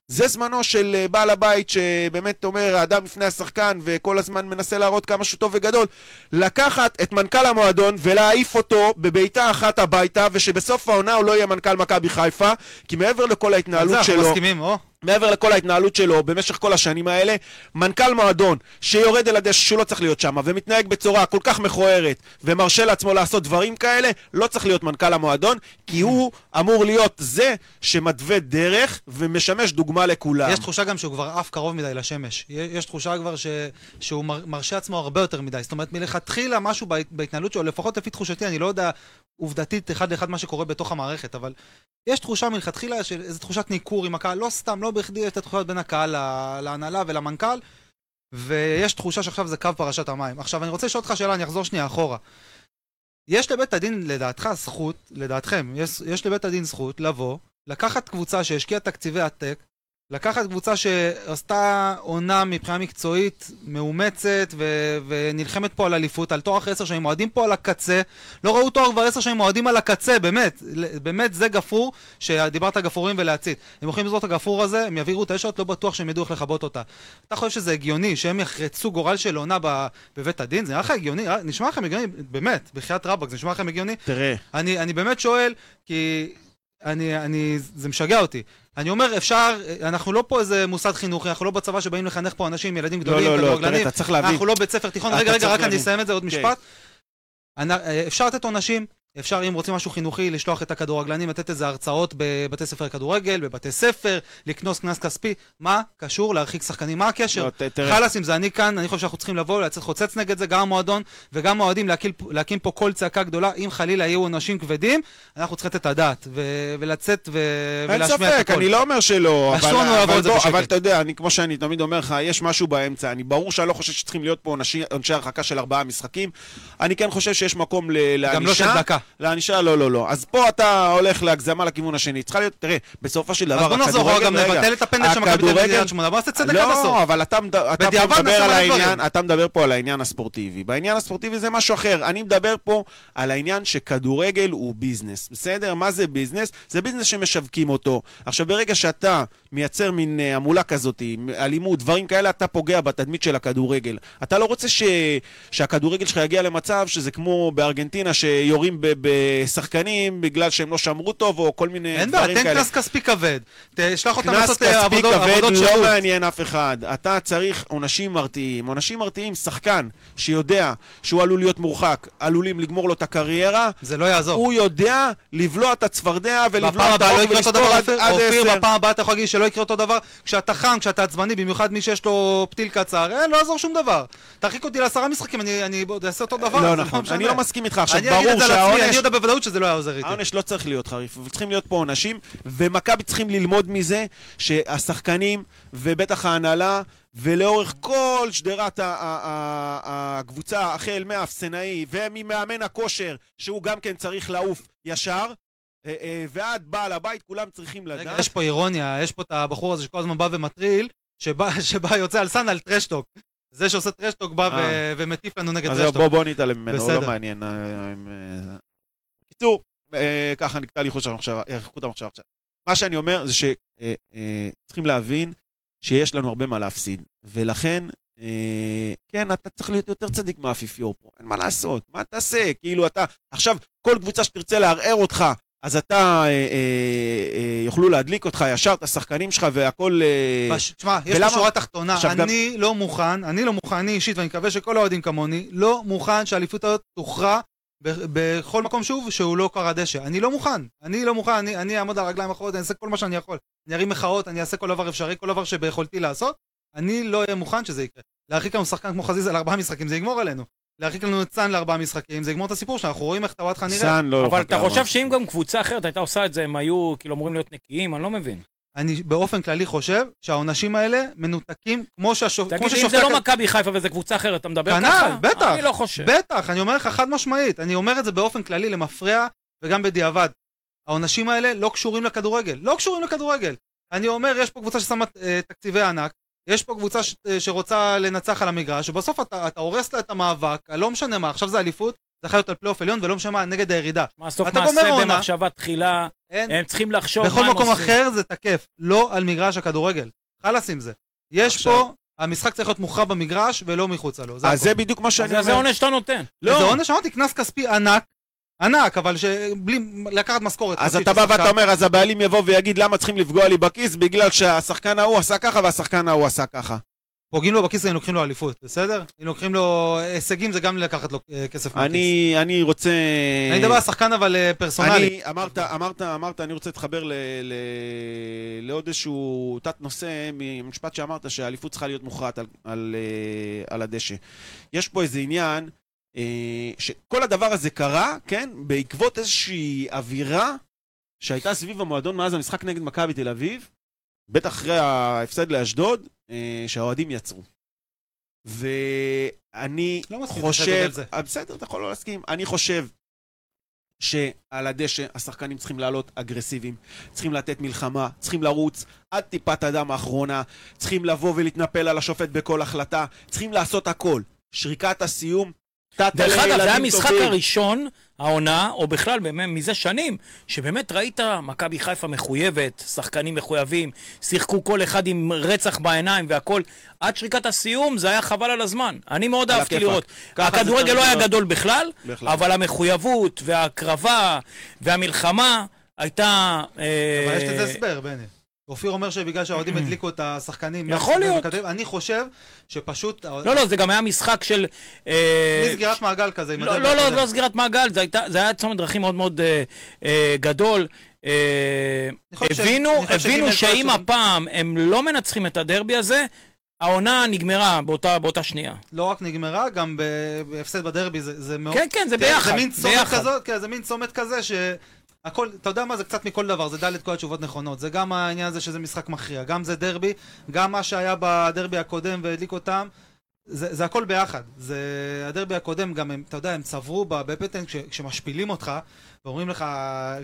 Speaker 3: זה זמנו של אה, בעל הבית שבאמת אומר, האדם לפני השחקן וכל הזמן מנסה להראות כמה שהוא טוב וגדול, לקחת את מנכ"ל המועדון ולהעיף אותו בבעיטה אחת הביתה, ושבסוף העונה הוא לא יהיה מנכ"ל מכבי חיפה, כי מעבר לכל
Speaker 4: על זה
Speaker 3: ההתנהלות
Speaker 4: אנחנו
Speaker 3: שלו...
Speaker 4: מסכימים, או?
Speaker 3: מעבר לכל ההתנהלות שלו במשך כל השנים האלה, מנכ"ל מועדון שיורד אל הדשא שהוא לא צריך להיות שם ומתנהג בצורה כל כך מכוערת ומרשה לעצמו לעשות דברים כאלה, לא צריך להיות מנכ"ל המועדון, כי הוא אמור להיות זה שמתווה דרך ומשמש דוגמה לכולם.
Speaker 4: יש תחושה גם שהוא כבר עף קרוב מדי לשמש. יש יש תחושה כבר ש... שהוא מר... מרשה עצמו הרבה יותר מדי. זאת אומרת, מלכתחילה משהו בהת... בהתנהלות שלו, לפחות לפי תחושתי, אני לא יודע עובדתית אחד לאחד מה שקורה בתוך המערכת, אבל יש תחושה מלכתחילה של איזו תחושת ניכור עם הקהל, לא סתם, לא בכדי יש את התחושות בין הקהל לה... להנהלה ולמנכ"ל, ויש תחושה שעכשיו זה קו פרשת המים. עכשיו, אני רוצה לשאול אותך שאלה, אני אחזור שנייה אחורה. יש לבית הדין, לדעתך, זכות, לדעתכם, יש, יש לבית הדין זכות לבוא, לקחת קבוצה שהשקיעה תקציבי עתק, לקחת קבוצה שעשתה עונה מבחינה מקצועית מאומצת ו- ונלחמת פה על אליפות, על תואר אחרי עשר שנים, אוהדים פה על הקצה, לא ראו תואר כבר עשר שנים, אוהדים על הקצה, באמת, ל- באמת זה גפרור שדיברת גפרורים ולהצית. הם יכולים לזרוק את הגפרור הזה, הם יעבירו את האשת, לא בטוח שהם ידעו איך לכבות אותה. אתה חושב שזה הגיוני שהם יחרצו גורל של עונה ב- בבית הדין? זה נראה לך הגיוני? אה, נשמע לכם הגיוני? באמת, בחייאת רבאק, זה נשמע לכם הגיוני?
Speaker 3: תראה,
Speaker 4: אני, אני באמת שואל, כי אני, אני, זה משגע אותי. אני אומר, אפשר, אנחנו לא פה איזה מוסד חינוכי, אנחנו לא בצבא שבאים לחנך פה אנשים, ילדים גדולים,
Speaker 3: לא, לא,
Speaker 4: כדורגלנים.
Speaker 3: תראה, אתה צריך להבין.
Speaker 4: אנחנו לא בית ספר תיכון.
Speaker 3: אתה
Speaker 4: רגע, רגע,
Speaker 3: צריך
Speaker 4: רק אני
Speaker 3: להבין.
Speaker 4: אסיים את זה, עוד
Speaker 3: כן.
Speaker 4: משפט. אנ- אה, אפשר לתת עונשים, אפשר, אם רוצים משהו חינוכי, לשלוח את הכדורגלנים, לתת איזה הרצאות בבתי ספר לכדורגל, בבתי ספר, לקנוס קנס כספי. מה קשור להרחיק שחקנים? מה הקשר?
Speaker 3: לא, ת- תראה,
Speaker 4: חלאס עם זה, אני כאן, אני חושב שאנחנו צריכים לבוא ולצאת חוצץ נגד זה, גם המועדון וגם האוהדים, להקים, להקים פה קול צעקה גדולה, אם חלילה יהיו עונשים כבדים, אנחנו צריכים לתת את הדעת, ו- ולצאת ו-
Speaker 3: אין
Speaker 4: אה, ולהשמיע את
Speaker 3: ספק,
Speaker 4: הקול.
Speaker 3: אני לא אומר שלא,
Speaker 4: אסור לנו
Speaker 3: אבל,
Speaker 4: לעבור
Speaker 3: אבל,
Speaker 4: את זה
Speaker 3: בוא,
Speaker 4: בשקט.
Speaker 3: אבל אתה יודע, אני, כמו שאני תמיד אומר לך, יש משהו באמצע. אני ברור שאני לא חושב שצריכים להיות פה אנשי, אנשי הרחקה של ארבעה משחקים. אני כן חושב שיש מקום ל- לענישה.
Speaker 4: גם לא של דקה.
Speaker 3: לענישה לא, לא, לא. אז פה אתה הולך להגזמה לכיוון השני. צריכה להיות, תראה, בסופו של דבר,
Speaker 4: אז בוא נחזור,
Speaker 3: הכדורגל-
Speaker 4: רגע, גם
Speaker 3: רגע,
Speaker 4: נבטל את הפנדל של מכבי תל אביב
Speaker 3: הכדורגל-
Speaker 4: בקריית שמונה, בוא נעשה צדק עד הסוף.
Speaker 3: לא, אבל אתה מד- אתה פה
Speaker 4: בדיעבד
Speaker 3: מדבר
Speaker 4: נשים
Speaker 3: על
Speaker 4: על הדברים.
Speaker 3: העניין, אתה מדבר פה על העניין הספורטיבי. בעניין הספורטיבי זה משהו אחר. אני מדבר פה על העניין שכדורגל הוא ביזנס, בסדר? מה זה ביזנס? זה ביזנס שמשווקים אותו. עכשיו, ברגע שאתה מייצר מין אה, המולה כזאת, עם אלימות, דברים כאלה, אתה פוגע בתדמית של הכדורגל. אתה לא רוצה ש... שהכדורגל שלך יגיע למצב שזה כמו בארגנטינה, שיורים ב- בשחקנים בגלל שהם לא שמרו טוב, או כל מיני
Speaker 4: אין
Speaker 3: דברים
Speaker 4: בעיה,
Speaker 3: כאלה.
Speaker 4: תן קנס כספי כבד. תשלח אותם
Speaker 3: קנס
Speaker 4: לעשות אה,
Speaker 3: כספי
Speaker 4: עבודות
Speaker 3: כבד
Speaker 4: עבודות
Speaker 3: לא
Speaker 4: שירות.
Speaker 3: מעניין אף אחד. אתה צריך עונשים מרתיעים. עונשים מרתיעים, שחקן שיודע שהוא עלול להיות מורחק, עלולים לגמור לו את הקריירה,
Speaker 4: זה לא יעזור.
Speaker 3: הוא יודע לבלוע את הצפרדע
Speaker 4: בפעם
Speaker 3: ולבלוע את
Speaker 4: הבאה לא
Speaker 3: האור
Speaker 4: יקרה אותו דבר,
Speaker 3: ולספור עד
Speaker 4: אופיר.
Speaker 3: עד
Speaker 4: אופיר,
Speaker 3: עשר.
Speaker 4: בפעם הבאה אתה יכול להגיד שלא יקרה אותו דבר. כשאתה חם, כשאתה עצבני, במיוחד מי שיש לו פתיל קצר, אין, לא יעזור שום דבר. תרחיק אותי לעשרה משחקים, אני- אני עוד אעשה אותו דבר.
Speaker 3: לא
Speaker 4: זה
Speaker 3: נכון,
Speaker 4: משנה.
Speaker 3: אני לא מסכים איתך. עכשיו,
Speaker 4: אני אגיד את
Speaker 3: ברור
Speaker 4: זה על עצמי, אני
Speaker 3: שהעונש
Speaker 4: יודע בוודאות שזה לא היה עוזר איתי.
Speaker 3: העונש לא צריך להיות חריף, אבל צריכים להיות פה עונשים, ומכבי צריכים ללמוד מזה שהשחקנים, ובטח ההנהלה, ולאורך כל שדרת ה- ה- ה- הקבוצה, החל מהאפסנאי וממאמן הכושר, שהוא גם כן צריך לעוף ישר, אה, אה, ועד בעל הבית, כולם צריכים
Speaker 4: רגע,
Speaker 3: לדעת.
Speaker 4: יש פה אירוניה, יש פה את הבחור הזה שכל הזמן בא ומטריל, שבא שבא יוצא על סן על טרשטוק. זה שעושה טרשטוק בא ו-
Speaker 3: אה.
Speaker 4: ומטיף לנו נגד
Speaker 3: אז זהו, בוא,
Speaker 4: טרשטוק.
Speaker 3: בוא נתעלם ממנו, הוא לא
Speaker 4: בסדר.
Speaker 3: מעניין. אה, אה, אה. קיצור, אה, ככה נקטע לי חוט המחשבה, אה, חוט המחשבה עכשיו. מה שאני אומר זה שצריכים להבין שיש לנו הרבה מה להפסיד, ולכן, אה, כן, אתה צריך להיות יותר צדיק מהאפיפיור פה, אין מה לעשות, מה תעשה? כאילו אתה, עכשיו, כל קבוצה שתרצה לערער אותך אז אתה, אה, אה, אה, יוכלו להדליק אותך ישר, את השחקנים שלך והכל... אה,
Speaker 4: בש- תשמע, יש
Speaker 3: ולמה-
Speaker 4: פה שורה תחתונה.
Speaker 3: עכשיו, גם-
Speaker 4: אני לא מוכן, אני לא מוכן, אני אישית, ואני מקווה שכל האוהדים כמוני, לא מוכן שהאליפות הזאת תוכרע ב- בכל מקום שוב שהוא לא קר הדשא. אני לא מוכן. אני לא מוכן, אני אני אעמוד על הרגליים האחוריות, אני אעשה כל מה שאני יכול. אני ארים מחאות, אני אעשה כל דבר אפשרי, כל דבר שביכולתי לעשות. אני לא אהיה מוכן שזה יקרה. להרחיק לנו שחקן כמו חזיזה לארבעה משחקים, זה יגמור עלינו. להרחיק לנו את סאן לארבעה משחקים, זה יגמור את הסיפור שלנו, אנחנו רואים איך טוואטחה נראה.
Speaker 3: סאן לא
Speaker 2: אבל
Speaker 3: יורחק
Speaker 2: אתה
Speaker 3: לארבע.
Speaker 2: חושב שאם גם קבוצה אחרת הייתה עושה את זה, הם היו כאילו אמורים להיות נקיים? אני לא מבין.
Speaker 4: אני באופן כללי חושב שהעונשים האלה מנותקים כמו שהשופט...
Speaker 2: תגיד, אם זה לא מכבי חיפה וזה קבוצה אחרת, אתה מדבר
Speaker 4: כנ"ל,
Speaker 2: ככה?
Speaker 4: בטח.
Speaker 2: אני לא חושב.
Speaker 4: בטח, אני אומר לך חד משמעית, אני אומר את זה באופן כללי למפרע וגם בדיעבד. העונשים האלה לא קשורים לכדורגל, לא קשורים לכדורגל. אני אומר, יש פה קבוצה ששמה אה, תקציבי ענק, יש פה קבוצה ש, אה, שרוצה לנצח על המגרש, ובסוף אתה, אתה הורס לה את המאבק, לא משנה מה, עכשיו זה אליפות, זה יכול להיות על פלייאוף עליון ולא משנה מה, נגד הירידה.
Speaker 2: מה, סוף
Speaker 4: אתה
Speaker 2: מעשה
Speaker 4: גומר עונה.
Speaker 2: במחשבה תחילה,
Speaker 4: אין,
Speaker 2: הם צריכים לחשוב
Speaker 4: בכל
Speaker 2: מה הם
Speaker 4: מקום
Speaker 2: עושים.
Speaker 4: אחר זה תקף, לא על מגרש הכדורגל. חלאס עם זה. יש
Speaker 3: עכשיו-
Speaker 4: פה, המשחק צריך להיות מוכרע במגרש ולא מחוצה לו.
Speaker 3: אז
Speaker 4: הכל.
Speaker 3: זה בדיוק מה שאני
Speaker 2: אז
Speaker 3: אומר.
Speaker 2: זה עונש שאתה נותן.
Speaker 4: לא. זה עונש, אמרתי, קנס כספי ענק, ענק, אבל שבלי לקחת משכורת.
Speaker 3: אז
Speaker 4: חצי
Speaker 3: אתה
Speaker 4: של
Speaker 3: בא ואתה
Speaker 4: שחקן.
Speaker 3: אומר, אז הבעלים יבוא ויגיד למה צריכים לפגוע לי בכיס בגלל שהשחקן ההוא עשה ככה והשחקן ההוא עשה ככה.
Speaker 4: פוגעים לו בכיס, הם לוקחים לו אליפות, בסדר? אם לוקחים לו הישגים, זה גם לקחת לו אה, כסף מהכיס.
Speaker 3: אני, אני רוצה...
Speaker 4: אני מדבר על שחקן אבל אה, פרסונלי.
Speaker 3: אני, אמרת, אמרת, אמרת, אני רוצה להתחבר ל, ל, לעוד איזשהו תת-נושא ממשפט שאמרת שהאליפות צריכה להיות מוכרעת על, על, אה, על הדשא. יש פה איזה עניין אה, שכל הדבר הזה קרה, כן, בעקבות איזושהי אווירה שהייתה סביב המועדון מאז המשחק נגד מכבי תל אביב, בטח אחרי ההפסד לאשדוד, אה, שהאוהדים יצרו. ואני
Speaker 4: לא מסכים,
Speaker 3: חושב...
Speaker 4: אתה יודע
Speaker 3: אה, בסדר, אתה יכול לא להסכים. אני חושב שעל הדשא השחקנים צריכים לעלות אגרסיביים, צריכים לתת מלחמה, צריכים לרוץ עד טיפת הדם האחרונה, צריכים לבוא ולהתנפל על השופט בכל החלטה, צריכים לעשות הכל. שריקת הסיום, תת
Speaker 2: דרך אגב, זה היה המשחק
Speaker 3: טובים.
Speaker 2: הראשון, העונה, או בכלל באמת מזה שנים, שבאמת ראית מכבי חיפה מחויבת, שחקנים מחויבים, שיחקו כל אחד עם רצח בעיניים והכל. עד שריקת הסיום זה היה חבל על הזמן. אני מאוד
Speaker 3: על
Speaker 2: אהבתי
Speaker 3: הכיפאק.
Speaker 2: לראות.
Speaker 3: ככה זה
Speaker 2: הכדורגל
Speaker 3: צריך
Speaker 2: לא היה
Speaker 3: להיות.
Speaker 2: גדול בכלל,
Speaker 3: בהחלט.
Speaker 2: אבל המחויבות וההקרבה והמלחמה הייתה... אה,
Speaker 4: אבל יש לזה הסבר, בני. אופיר אומר שבגלל שהאוהדים הדליקו את השחקנים...
Speaker 2: יכול להיות.
Speaker 4: אני חושב שפשוט...
Speaker 2: לא, לא, זה גם היה משחק של... אה,
Speaker 4: סגירת מעגל כזה. עם
Speaker 2: לא,
Speaker 4: הדרבי
Speaker 2: לא, לא,
Speaker 4: הקודם.
Speaker 2: לא סגירת מעגל, זה, הייתה, זה היה צומת דרכים מאוד מאוד אה, אה, גדול. אה,
Speaker 4: חושב ש-
Speaker 2: הבינו,
Speaker 4: אני חושב
Speaker 2: הבינו
Speaker 4: שגימל
Speaker 2: שאם
Speaker 4: פרסון-
Speaker 2: הפעם הם לא מנצחים את הדרבי הזה, העונה נגמרה באותה, באותה שנייה.
Speaker 4: לא רק נגמרה, גם ב- בהפסד בדרבי זה זה מאוד...
Speaker 2: כן, כן, זה
Speaker 4: כן,
Speaker 2: ביחד.
Speaker 4: זה מין צומת
Speaker 2: ביחד.
Speaker 4: כזאת, כן, זה מין צומת כזה שהכל, אתה יודע מה, זה קצת מכל דבר, זה ד' כל התשובות נכונות. זה גם העניין הזה שזה משחק מכריע, גם זה דרבי, גם מה שהיה בדרבי הקודם והדליק אותם. זה, זה הכל ביחד, זה הדרבי הקודם גם, הם, אתה יודע, הם צברו ב- בפטן כש, כשמשפילים אותך ואומרים לך,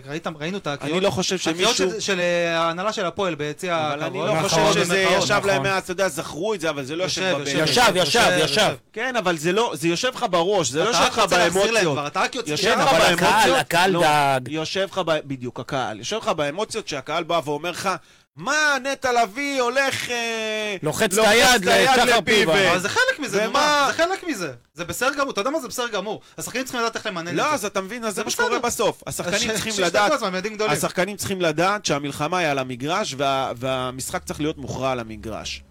Speaker 4: ראית, ראינו את הקריאות,
Speaker 3: אני לא חושב
Speaker 4: הקריאות
Speaker 3: שמישהו...
Speaker 4: של, של אה, ההנהלה של הפועל ביציע
Speaker 3: אבל אני
Speaker 4: הכבוד.
Speaker 3: לא
Speaker 2: נכון,
Speaker 3: חושב שזה
Speaker 2: נכון,
Speaker 3: ישב להם
Speaker 2: נכון.
Speaker 3: מאז, אתה יודע, זכרו את זה, אבל זה לא יושב בבן.
Speaker 2: ישב, ישב, ישב.
Speaker 3: כן, אבל זה לא, זה יושב לך בראש, זה לא
Speaker 4: אתה
Speaker 3: יושב
Speaker 4: רק
Speaker 3: לך
Speaker 4: רוצה להחזיר להם
Speaker 3: באמוציות.
Speaker 4: כבר, אתה רק יוצא,
Speaker 3: יושב
Speaker 2: כן,
Speaker 3: לך
Speaker 2: אבל
Speaker 3: באמוציות?
Speaker 2: הקהל, הקהל
Speaker 3: לא.
Speaker 2: דאג.
Speaker 3: יושב לך, ב... בדיוק, הקהל. יושב לך באמוציות שהקהל בא ואומר לך, מה, נטע לביא הולך... אה,
Speaker 2: לוחץ את היד לשחר פיבן."
Speaker 4: אבל זה חלק מזה, נו
Speaker 3: ומה-
Speaker 4: מה? זה חלק מזה. זה בסדר גמור, אתה יודע מה זה בסדר גמור. השחקנים צריכים לדעת איך למנן
Speaker 3: לא,
Speaker 4: את זה.
Speaker 3: אז אתה מבין, אז זה
Speaker 4: זה
Speaker 3: מה שקורה
Speaker 4: בסדר.
Speaker 3: בסוף.
Speaker 4: אז
Speaker 3: השחקנים
Speaker 4: ש-
Speaker 3: צריכים
Speaker 4: שישתתפו
Speaker 3: לדעת...
Speaker 4: לעצמם, ילדים גדולים.
Speaker 3: השחקנים צריכים לדעת שהמלחמה היא על המגרש וה... והמשחק צריך להיות מוכרע על המגרש.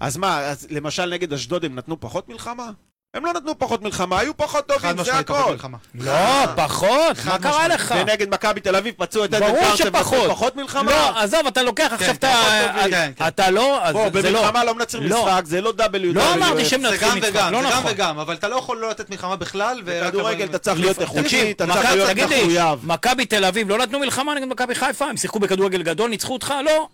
Speaker 3: אז מה, אז למשל נגד אשדוד הם נתנו פחות מלחמה? הם לא נתנו פחות מלחמה, היו פחות
Speaker 4: חד
Speaker 3: טובים, זה
Speaker 4: משמעית, פחות
Speaker 3: הכל.
Speaker 4: מלחמה.
Speaker 2: לא, פחות, מה קרה לך?
Speaker 3: ונגד מכבי תל אביב פצעו את
Speaker 2: ברור
Speaker 3: קרצב, נתנו
Speaker 2: שפחות.
Speaker 3: פחות מלחמה?
Speaker 2: לא, עזוב, אתה לוקח עכשיו את
Speaker 4: פחות
Speaker 2: ה...
Speaker 4: טובים, כן, כן.
Speaker 2: אתה לא, אז
Speaker 3: בוא,
Speaker 2: זה לא.
Speaker 3: במלחמה לא מנצחים
Speaker 2: לא.
Speaker 3: משחק, זה לא W.
Speaker 2: לא אמרתי שהם
Speaker 4: זה
Speaker 2: מנצחים
Speaker 4: גם
Speaker 2: משחק,
Speaker 4: וגם,
Speaker 2: לא
Speaker 4: זה גם
Speaker 2: נכון.
Speaker 4: וגם, אבל אתה לא יכול לא לתת מלחמה בכלל, ורק...
Speaker 3: כדורגל
Speaker 4: אבל-
Speaker 3: אתה צריך להיות איכותי,
Speaker 2: תקשיב,
Speaker 3: אתה צריך
Speaker 2: מכבי-
Speaker 3: להיות
Speaker 2: תגיד לי,
Speaker 3: מחויב.
Speaker 2: מכבי תל אביב לא נתנו מלחמה נגד מכבי חיפה? הם שיחקו בכדורגל גדול, ניצחו אותך? לא.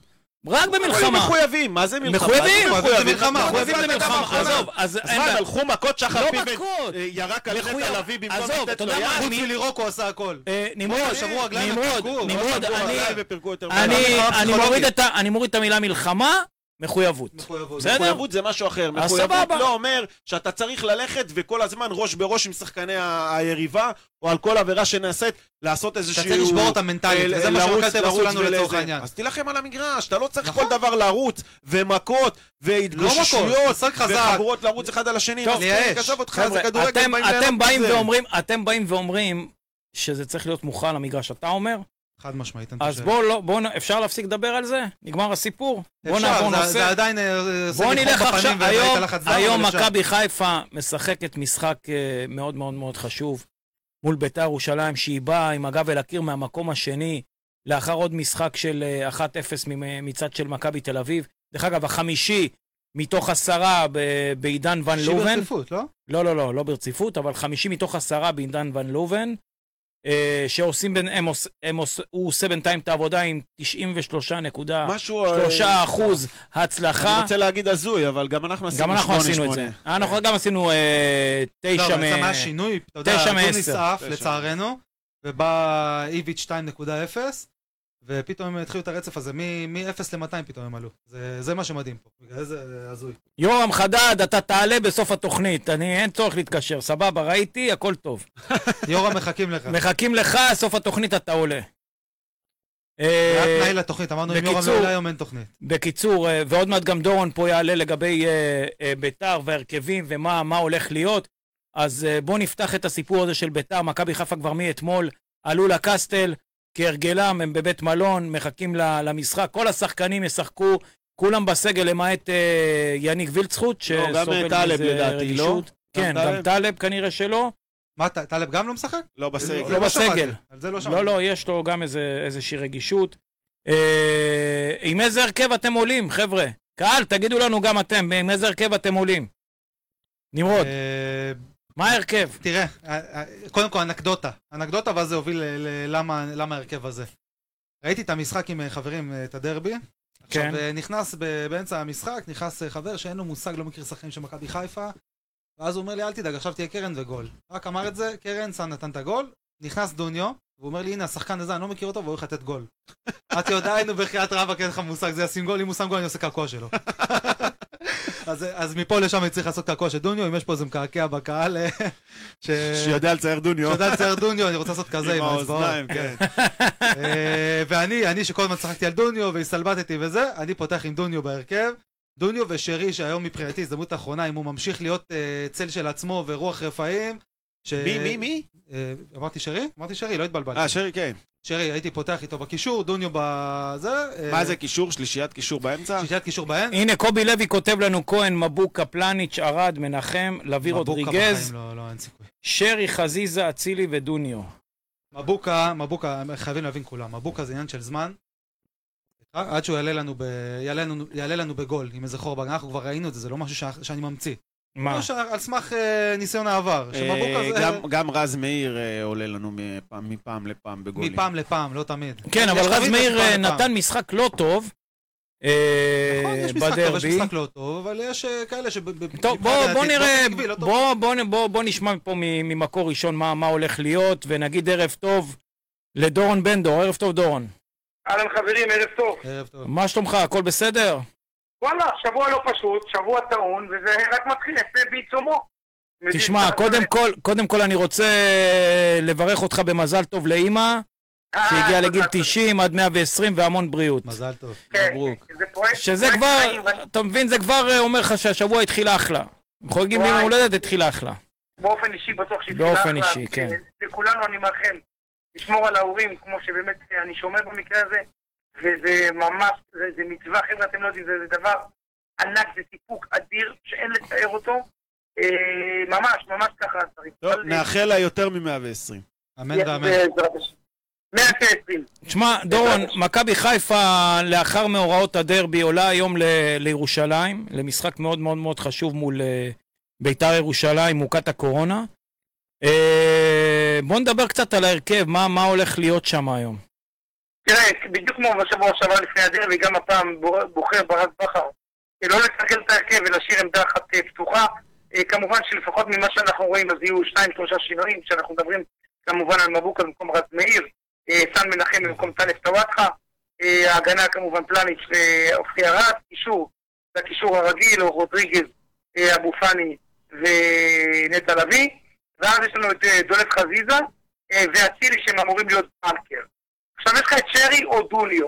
Speaker 2: רק
Speaker 3: הם
Speaker 2: במלחמה.
Speaker 3: מחויבים, מה זה מלחמה?
Speaker 2: מחויבים,
Speaker 3: מה זה
Speaker 4: מחויבים למלחמה,
Speaker 2: מחויבים
Speaker 3: מה זה
Speaker 2: אה, למלחמה.
Speaker 3: האחרונה?
Speaker 2: עזוב, אז
Speaker 3: אז
Speaker 2: אין
Speaker 3: מה,
Speaker 2: בעיה.
Speaker 3: הם הלכו מכות שחר
Speaker 2: לא
Speaker 3: פיבן,
Speaker 2: מכות.
Speaker 3: אה, ירק על
Speaker 2: מחויב.
Speaker 3: נטע לביא במקום
Speaker 2: עזוב,
Speaker 3: לתת
Speaker 2: אתה
Speaker 3: לו
Speaker 2: יודע מה?
Speaker 3: יד,
Speaker 4: חוץ
Speaker 2: אני-
Speaker 4: מלירוק הוא עשה הכל.
Speaker 2: אה, נמרוד,
Speaker 4: שברו רגליים
Speaker 2: נמרוד,
Speaker 4: ופרקו.
Speaker 2: נמרוד,
Speaker 3: שברו
Speaker 2: אני-
Speaker 3: רגליים ופרקו יותר
Speaker 2: אני-
Speaker 3: מדי.
Speaker 4: מלחמה
Speaker 2: אני
Speaker 4: פסיכולוגית.
Speaker 2: מוריד את ה- אני מוריד את המילה מלחמה, מחויבות.
Speaker 4: מחויבות.
Speaker 2: בסדר?
Speaker 3: מחויבות זה משהו אחר,
Speaker 2: אז
Speaker 3: מחויבות
Speaker 2: סבבה.
Speaker 3: לא אומר שאתה צריך ללכת וכל הזמן ראש בראש עם שחקני ה- היריבה, או על כל עבירה שנעשית, לעשות
Speaker 4: אתה
Speaker 3: איזשהו...
Speaker 4: צריך לשבור אותם מנטלית,
Speaker 3: אל-
Speaker 4: וזה מה
Speaker 3: לרוץ-
Speaker 4: שמכבי תל אביב עשו
Speaker 3: לרוץ
Speaker 4: לנו לצורך
Speaker 3: ולזה.
Speaker 4: העניין.
Speaker 3: אז תילחם על המגרש, אתה לא צריך
Speaker 4: נכון.
Speaker 3: כל דבר לרוץ, ומכות,
Speaker 4: לא
Speaker 3: לא
Speaker 4: מכות,
Speaker 3: והתגוששויות,
Speaker 4: משחק חזק.
Speaker 3: וחבורות לרוץ אחד על השני.
Speaker 2: לא טוב,
Speaker 3: אז כן,
Speaker 4: לייאש.
Speaker 3: עזוב אותך,
Speaker 2: חבר'ה,
Speaker 3: זה כדורגל,
Speaker 2: אתם-
Speaker 3: ליהנות
Speaker 2: אתם באים
Speaker 3: מזה.
Speaker 2: ואומרים, אתם באים ואומרים שזה צריך להיות מוכן למגרש. אתה אומר,
Speaker 4: חד משמעית, אני
Speaker 2: אז
Speaker 4: חושב.
Speaker 2: בואו, לא, בוא, נ- אפשר להפסיק לדבר על זה? נגמר הסיפור? בוא
Speaker 4: אפשר,
Speaker 2: נעבור
Speaker 4: זה-
Speaker 2: נושא.
Speaker 4: זה עדיין אה, אה, עושה
Speaker 2: בוא
Speaker 4: לי חום
Speaker 2: נלך
Speaker 4: בפנים
Speaker 2: עכשיו,
Speaker 4: ואת
Speaker 2: היום,
Speaker 4: הלחץ דם,
Speaker 2: היום
Speaker 4: אבל אפשר.
Speaker 2: מכבי חיפה משחקת משחק אה, מאוד מאוד מאוד חשוב מול ביתר ירושלים, שהיא באה עם הגב אל הקיר מהמקום השני, לאחר עוד משחק של אה, 1-0 ממ- מצד של מכבי תל אביב. דרך אגב, החמישי מתוך עשרה ב- בעידן ון
Speaker 4: שיעור
Speaker 2: לובן.
Speaker 4: רציפות, לא?
Speaker 2: לא, לא, לא, לא ברציפות, אבל 50 מתוך עשרה בעידן ון לובן, אה, שעושים בין, הם עוש, הם עוש, הוא עושה בינתיים את העבודה עם 93.3
Speaker 3: משהו... אה,
Speaker 2: אחוז
Speaker 3: אני
Speaker 2: הצלחה.
Speaker 3: רוצה להגיד הזוי, אבל גם אנחנו עשינו
Speaker 2: גם
Speaker 3: שמונה,
Speaker 2: אנחנו עשינו את זה.
Speaker 3: שמונה.
Speaker 2: אנחנו גם עשינו אה,
Speaker 4: לא,
Speaker 2: תשע
Speaker 4: אבל זה
Speaker 2: מ...
Speaker 4: היה שינוי, אתה יודע,
Speaker 2: תשע מעשר.
Speaker 4: אדוניס עף
Speaker 3: תשע.
Speaker 4: לצערנו, ובא איביץ' 2.0, ופתאום הם התחילו את הרצף הזה, מ-0 ל-200 פתאום הם עלו. זה זה מה שמדהים פה, בגלל זה זה הזוי.
Speaker 2: יורם חדד, אתה תעלה בסוף התוכנית. אני, אין צורך להתקשר, סבבה, ראיתי, הכל טוב.
Speaker 4: יורם מחכים לך.
Speaker 2: מחכים לך, סוף התוכנית אתה עולה.
Speaker 4: זה
Speaker 2: אה,
Speaker 4: היה תנאי לתוכנית, אמרנו אם יורם
Speaker 2: בקיצור-
Speaker 4: לא עולה היום אין תוכנית.
Speaker 2: בקיצור, אה, ועוד מעט גם דורון פה יעלה לגבי אה, אה, ביתר והרכבים ומה מה הולך להיות. אז אה, בואו נפתח את הסיפור הזה של ביתר. מכבי חיפה כבר מאתמול עלו לקסטל, כהרגלם, הם בבית מלון, מחכים ל- למשחק. כל השחקנים ישחקו, כולם בסגל למעט אה, יניק וילצחוט,
Speaker 3: לא, גם, אה,
Speaker 2: שסובל
Speaker 3: טלב
Speaker 2: מזה
Speaker 3: לדעתי,
Speaker 2: רגישות.
Speaker 3: לא?
Speaker 2: כן,
Speaker 3: גם
Speaker 2: גם טלב כנראה שלא.
Speaker 4: מה, ט- טלב גם לא משחק?
Speaker 3: לא בסגל.
Speaker 4: זה
Speaker 2: לא בסגל.
Speaker 4: שמעתי, על זה לא שמעתי.
Speaker 2: לא, לא, יש לו גם איזה- איזושהי רגישות. אה, עם איזה הרכב אתם עולים, חבר'ה? קהל, תגידו לנו גם אתם, עם איזה הרכב אתם עולים? נמרוד,
Speaker 4: אה,
Speaker 2: מה ההרכב?
Speaker 4: תראה, אה, אה, קודם כל אנקדוטה. אנקדוטה, ואז זה הוביל ל- ל- למה למה ההרכב הזה. ראיתי את המשחק עם אה, חברים, אה, את הדרבי. עכשיו,
Speaker 2: כן.
Speaker 4: אה, נכנס ב- באמצע המשחק, נכנס אה, חבר שאין לו מושג, לא מכיר שחקנים של מכבי חיפה, ואז הוא אומר לי, אל תדאג, עכשיו תהיה קרן וגול. רק אמר את זה, קרן, סאן נתן את הגול, נכנס דוניו, והוא אומר לי, הנה, השחקן הזה, אני לא מכיר אותו, והוא הולך לתת גול. אמרתי לו, די, נו, בחייאת רבאק, אין לך מושג, זה ישים גול, אם הוא שם גול, אני עושה קעקוע שלו. אז, אז מפה לשם אני צריך לעשות קעקוע של דוניו, אם יש פה איזה מקעקע בקהל, אה, ש...
Speaker 3: שיודע לצייר דוניו.
Speaker 4: אתה יודע לצייר דוניו, אני רוצה לעשות כזה
Speaker 3: עם האוזניים, כן.
Speaker 4: אה, ואני, אני שכל הזמן צחקתי על דוניו והסתלבטתי וזה, אני פותח עם דוניו בהרכב. דוניו ושרי, שהיום מבחינתי הזדמנות אחרונה, אם הוא ממשיך להיות אה, צל של עצמו ורוח רפאים. ש...
Speaker 3: מי, מי, מי?
Speaker 4: אה, אמרתי שרי? אמרתי שרי, לא התבלבלתי.
Speaker 3: אה, שרי קיין.
Speaker 4: שרי, הייתי פותח איתו בקישור, דוניו בזה. אה,
Speaker 3: מה זה, קישור? שלישיית קישור באמצע?
Speaker 4: שישיית קישור בהן.
Speaker 2: הנה, קובי לוי כותב לנו כהן, מבוקה, פלניץ', ערד, מנחם, לביא
Speaker 4: מבוקה בחיים,
Speaker 2: רודריגז,
Speaker 4: לא, לא, אין סיכוי.
Speaker 2: שרי, חזיזה, אצילי ודוניו.
Speaker 4: מבוקה, מבוקה, חייבים להבין כולם, מבוקה זה עניין של זמן. עד שהוא יעלה לנו, ב... יעלה לנו, יעלה לנו בגול עם איזה חור, בהגנה. אנחנו כבר ראינו את זה, זה לא משהו ש... שאני ממציא.
Speaker 2: מה?
Speaker 4: לא ש... על סמך אה, ניסיון העבר, שמבוקה
Speaker 3: אה,
Speaker 4: זה
Speaker 3: גם- גם רז מאיר אה, עולה לנו מפעם- מפעם לפעם בגולים.
Speaker 4: מפעם לפעם, לא תמיד.
Speaker 2: כן, אבל
Speaker 4: יש
Speaker 2: רז
Speaker 4: תמיד
Speaker 2: מאיר
Speaker 4: פעם
Speaker 2: אה,
Speaker 4: לפעם.
Speaker 2: נתן משחק לא טוב אה,
Speaker 4: נכון, יש משחק טוב, יש
Speaker 2: בדרבי.
Speaker 4: משחק לא טוב, אבל יש אה, כאלה שב... ב-
Speaker 2: טוב, בוא,
Speaker 4: מבחינת
Speaker 2: בוא
Speaker 4: העתיד,
Speaker 2: נראה,
Speaker 4: עקבי, לא טוב.
Speaker 2: בוא, בוא, בוא, בוא נשמע פה מ- ממקור ראשון מה, מה הולך להיות, ונגיד ערב טוב לדורון בן דור, ערב טוב דורון.
Speaker 5: אהלן חברים, ערב טוב.
Speaker 4: ערב טוב.
Speaker 2: מה שלומך, הכל בסדר?
Speaker 5: וואלה, שבוע לא פשוט, שבוע טעון, וזה רק מתחיל, יפה בעיצומו.
Speaker 2: תשמע, קודם כל, קודם כל אני רוצה לברך אותך במזל טוב לאימא,
Speaker 5: אה,
Speaker 2: שהגיעה
Speaker 5: תודה,
Speaker 2: לגיל
Speaker 5: תודה.
Speaker 2: 90 עד 120 והמון בריאות.
Speaker 4: מזל טוב.
Speaker 5: כן,
Speaker 3: מברוק.
Speaker 5: זה פרויקט-
Speaker 2: שזה
Speaker 5: פרויקט
Speaker 2: כבר,
Speaker 5: חיים, ואני-
Speaker 2: אתה מבין, זה כבר אה, אומר לך שהשבוע התחיל אחלה. הם חוגגים לי
Speaker 5: וואי.
Speaker 2: יום הולדת, התחיל אחלה.
Speaker 5: באופן אישי בטוח שהיא
Speaker 2: באופן
Speaker 5: תחילה אחלה,
Speaker 2: אישי, כן.
Speaker 5: ו- לכולנו אני מאחל לשמור על ההורים, כמו שבאמת אה, אני שומר במקרה הזה, וזה ממש, זה, זה מצווה, חבר'ה, אתם לא יודעים, זה, זה דבר ענק, זה סיפוק אדיר, שאין לתאר אותו. אה, ממש, ממש ככה הדברים.
Speaker 3: טוב,
Speaker 5: אבל, אה,
Speaker 3: לא, נאחל לה יותר מ-120.
Speaker 4: אמן ואמן.
Speaker 5: בעזרת השם. מאה ועשרים.
Speaker 2: תשמע, דורון, מכבי חיפה, לאחר מאורעות הדרבי, עולה היום ל- לירושלים, למשחק מאוד מאוד מאוד חשוב מול אה, ביתר ירושלים, מוכת הקורונה. אה, בוא נדבר קצת על ההרכב, מה, מה הולך להיות שם היום.
Speaker 5: תראה, בדיוק כמו בשבוע שעבר לפני הדרבי, גם הפעם בור- בוחר ברק בכר אה, לא לסגל את ההרכב ולהשאיר עמדה אחת אה, פתוחה. אה, כמובן שלפחות ממה שאנחנו רואים, אז יהיו שניים, שלושה שינויים, שאנחנו מדברים כמובן על מבוקה במקום רז מאיר, אה, סן מנחם במקום טלב טוואטחה, אה, ההגנה כמובן פלניץ' ועופרי ארד, קישור, זה הקישור הרגיל, או רודריגז, אה, אבו פאני ונטע לביא, ואז יש לנו את אה, דולף חזיזה אה, ואצילי שהם אמורים להיות בנקר. עכשיו יש לך את שרי או דוניו.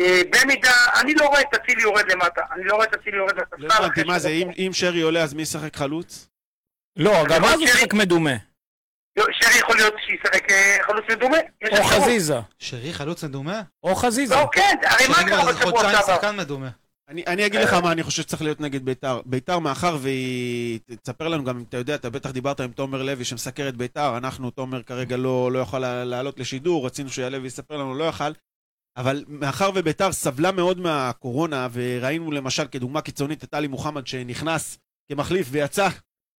Speaker 5: אה, במידה, אני לא רואה את אצילי יורד למטה, אני לא רואה את אצילי יורד
Speaker 3: לא
Speaker 5: לספסל.
Speaker 3: הבנתי,
Speaker 5: אחרי
Speaker 3: מה זה,
Speaker 5: שהוא-
Speaker 3: אם- אם שרי עולה, אז מי ישחק חלוץ?
Speaker 2: לא, גם
Speaker 5: יכול
Speaker 2: אז הוא
Speaker 5: להיות
Speaker 2: משחק מדומה.
Speaker 5: לא, שרי יכול להיות להיות שישחק אה, חלוץ מדומה. יש
Speaker 2: או
Speaker 5: אפשרות.
Speaker 2: חזיזה.
Speaker 4: שרי חלוץ מדומה?
Speaker 2: או חזיזה.
Speaker 5: לא, כן, הרי מה
Speaker 4: שרי
Speaker 5: קרה
Speaker 4: כבר איזה
Speaker 5: בשבוע
Speaker 4: חודשיים
Speaker 5: שעבר?
Speaker 4: שחקן מדומה.
Speaker 3: אני, אני אגיד לך מה אני חושב שצריך להיות נגד ביתר. ביתר, מאחר והיא... תספר לנו גם אם אתה יודע, אתה בטח דיברת עם תומר לוי שמסקר את ביתר, אנחנו, תומר כרגע לא, לא יוכל לה- לעלות לשידור, רצינו שיעלה ויספר לנו, לא יכל. אבל מאחר וביתר סבלה מאוד מהקורונה, וראינו למשל כדוגמה קיצונית את עלי מוחמד שנכנס כמחליף ויצא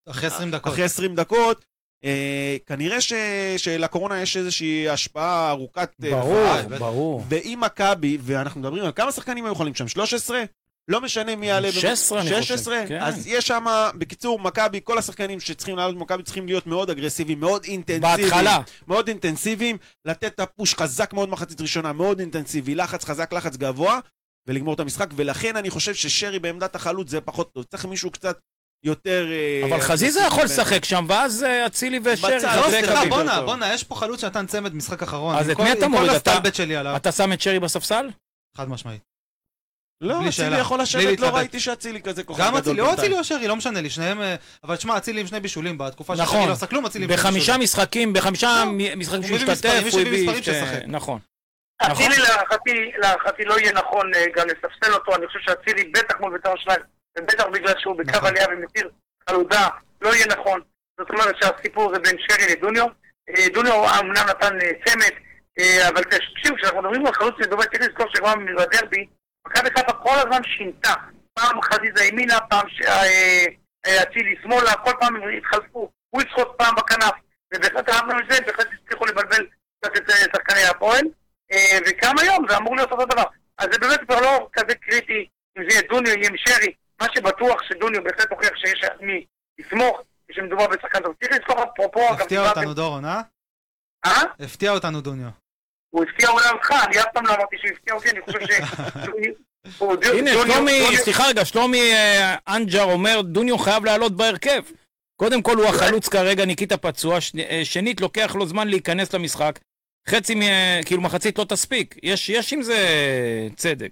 Speaker 4: אחרי 20 דקות.
Speaker 3: אחרי 20 דקות, אה, כנראה ש, שלקורונה יש איזושהי השפעה ארוכת... אה,
Speaker 2: ברור,
Speaker 3: טווח.
Speaker 2: ברור.
Speaker 3: ואם מכבי, ואנחנו מדברים על כמה שחקנים היו יכולים שם? 13? לא משנה מי יעלה.
Speaker 2: 16, אני חושב,
Speaker 3: 16?
Speaker 2: כן.
Speaker 3: אז יש שם, בקיצור, מכבי, כל השחקנים שצריכים לעלות במכבי צריכים להיות מאוד אגרסיביים, מאוד אינטנסיביים.
Speaker 2: בהתחלה.
Speaker 3: מאוד אינטנסיביים, לתת את הפוש חזק מאוד מחצית ראשונה, מאוד אינטנסיבי, לחץ חזק, לחץ גבוה, ולגמור את המשחק, ולכן אני חושב ששרי בעמדת החלוץ זה פחות טוב. צריך מישהו קצת יותר... אה,
Speaker 2: אבל חזיזה
Speaker 3: אגרסיבי.
Speaker 2: יכול לשחק שם, ואז אה, אצילי ושרי.
Speaker 3: בצד,
Speaker 4: לא,
Speaker 2: חזיזה
Speaker 3: זה
Speaker 4: סליחה,
Speaker 3: קביל.
Speaker 2: יקבל.
Speaker 4: בואנה,
Speaker 3: טוב.
Speaker 4: בואנה, יש פה חלוץ שנתן צמד משחק אחרון.
Speaker 2: אז
Speaker 4: עם
Speaker 2: את
Speaker 4: כל-
Speaker 2: מי אתה מוריד?
Speaker 4: עם כל
Speaker 2: אתה-
Speaker 4: הסטלבט שלי עליו,
Speaker 2: אתה שם את שרי בספסל?
Speaker 4: חד משמעית.
Speaker 3: לא,
Speaker 4: בלי
Speaker 3: אצילי
Speaker 4: שאלה.
Speaker 3: יכול
Speaker 4: בלי
Speaker 3: לשבת, לא
Speaker 4: להתלבט.
Speaker 3: ראיתי שאצילי כזה כוכב גדול.
Speaker 4: גם אצילי, או
Speaker 3: בינתיים.
Speaker 4: אצילי או שרי, לא משנה לי, שניהם... אה, אבל שמע, אצילי עם שני בישולים בתקופה
Speaker 2: נכון.
Speaker 4: ששרי לא עשה כלום, אצילי עם שני
Speaker 2: בחמישה
Speaker 4: בישולים.
Speaker 2: משחקים, בחמישה
Speaker 4: לא.
Speaker 2: מ- משחקים
Speaker 4: הוא
Speaker 2: שהוא
Speaker 4: מביא
Speaker 2: השתתף,
Speaker 4: מספרים,
Speaker 2: הוא
Speaker 4: הוא מביא
Speaker 2: הביא...
Speaker 4: מספרים
Speaker 2: שתי-
Speaker 4: שישחק.
Speaker 2: נכון. נכון.
Speaker 5: אצילי להערכתי, להערכתי לא יהיה נכון אה, גם לספסל אותו, אני חושב שאצילי בטח מול בית"ר ירושלים, ובטח בגלל שהוא בקו
Speaker 4: נכון.
Speaker 5: עלייה ומתיר חלודה, לא יהיה נכון. זאת אומרת שהסיפור זה בין שרי לדוניו. אה, דוניו אמנם נתן אה, צמד, אה, אבל תקשיב, כשאנחנו מדברים על חלוץ מדומה, צריך לזכור שגם בדרבי, מכבי חיפה כל הזמן שינתה. פעם חזיזה ימינה, פעם ש- אה, אה, אצילי שמאלה, כל פעם הם התחלפו. הוא יסחוט פעם בכנף. ובהחלט אהבנו את זה, בהחלט הצליחו לבלבל קצת את אה, שחקני הפועל. אה, וגם היום זה אמור להיות אותו דבר. אז זה באמת כבר לא כזה קריטי אם זה יהיה דוניו, יהיה עם שרי. מה שבטוח שדוניו בהחלט הוכיח שיש על מי לסמוך, כשמדובר בשחקן טוב. צריך לזכור אפרופו... גם
Speaker 4: הפתיע
Speaker 5: דיברתם-
Speaker 4: אותנו דורון, אה?
Speaker 5: אה?
Speaker 4: הפתיע אותנו דוניו.
Speaker 5: הוא הפתיע אולי אותך, אני אף פעם לא אמרתי שהוא הפתיע אותי, אני חושב ש... הוא- דו-
Speaker 2: הנה,
Speaker 5: דוניו-
Speaker 2: שלומי,
Speaker 5: דוניו-
Speaker 2: סליחה רגע, שלומי אה, אנג'ר אומר, דוניו חייב לעלות בהרכב. קודם כל, הוא החלוץ כרגע, ניקיטה פצוע. שני- אה, שנית, לוקח לו זמן להיכנס למשחק. חצי, מ- אה, כאילו מחצית לא תספיק. יש יש עם זה צדק.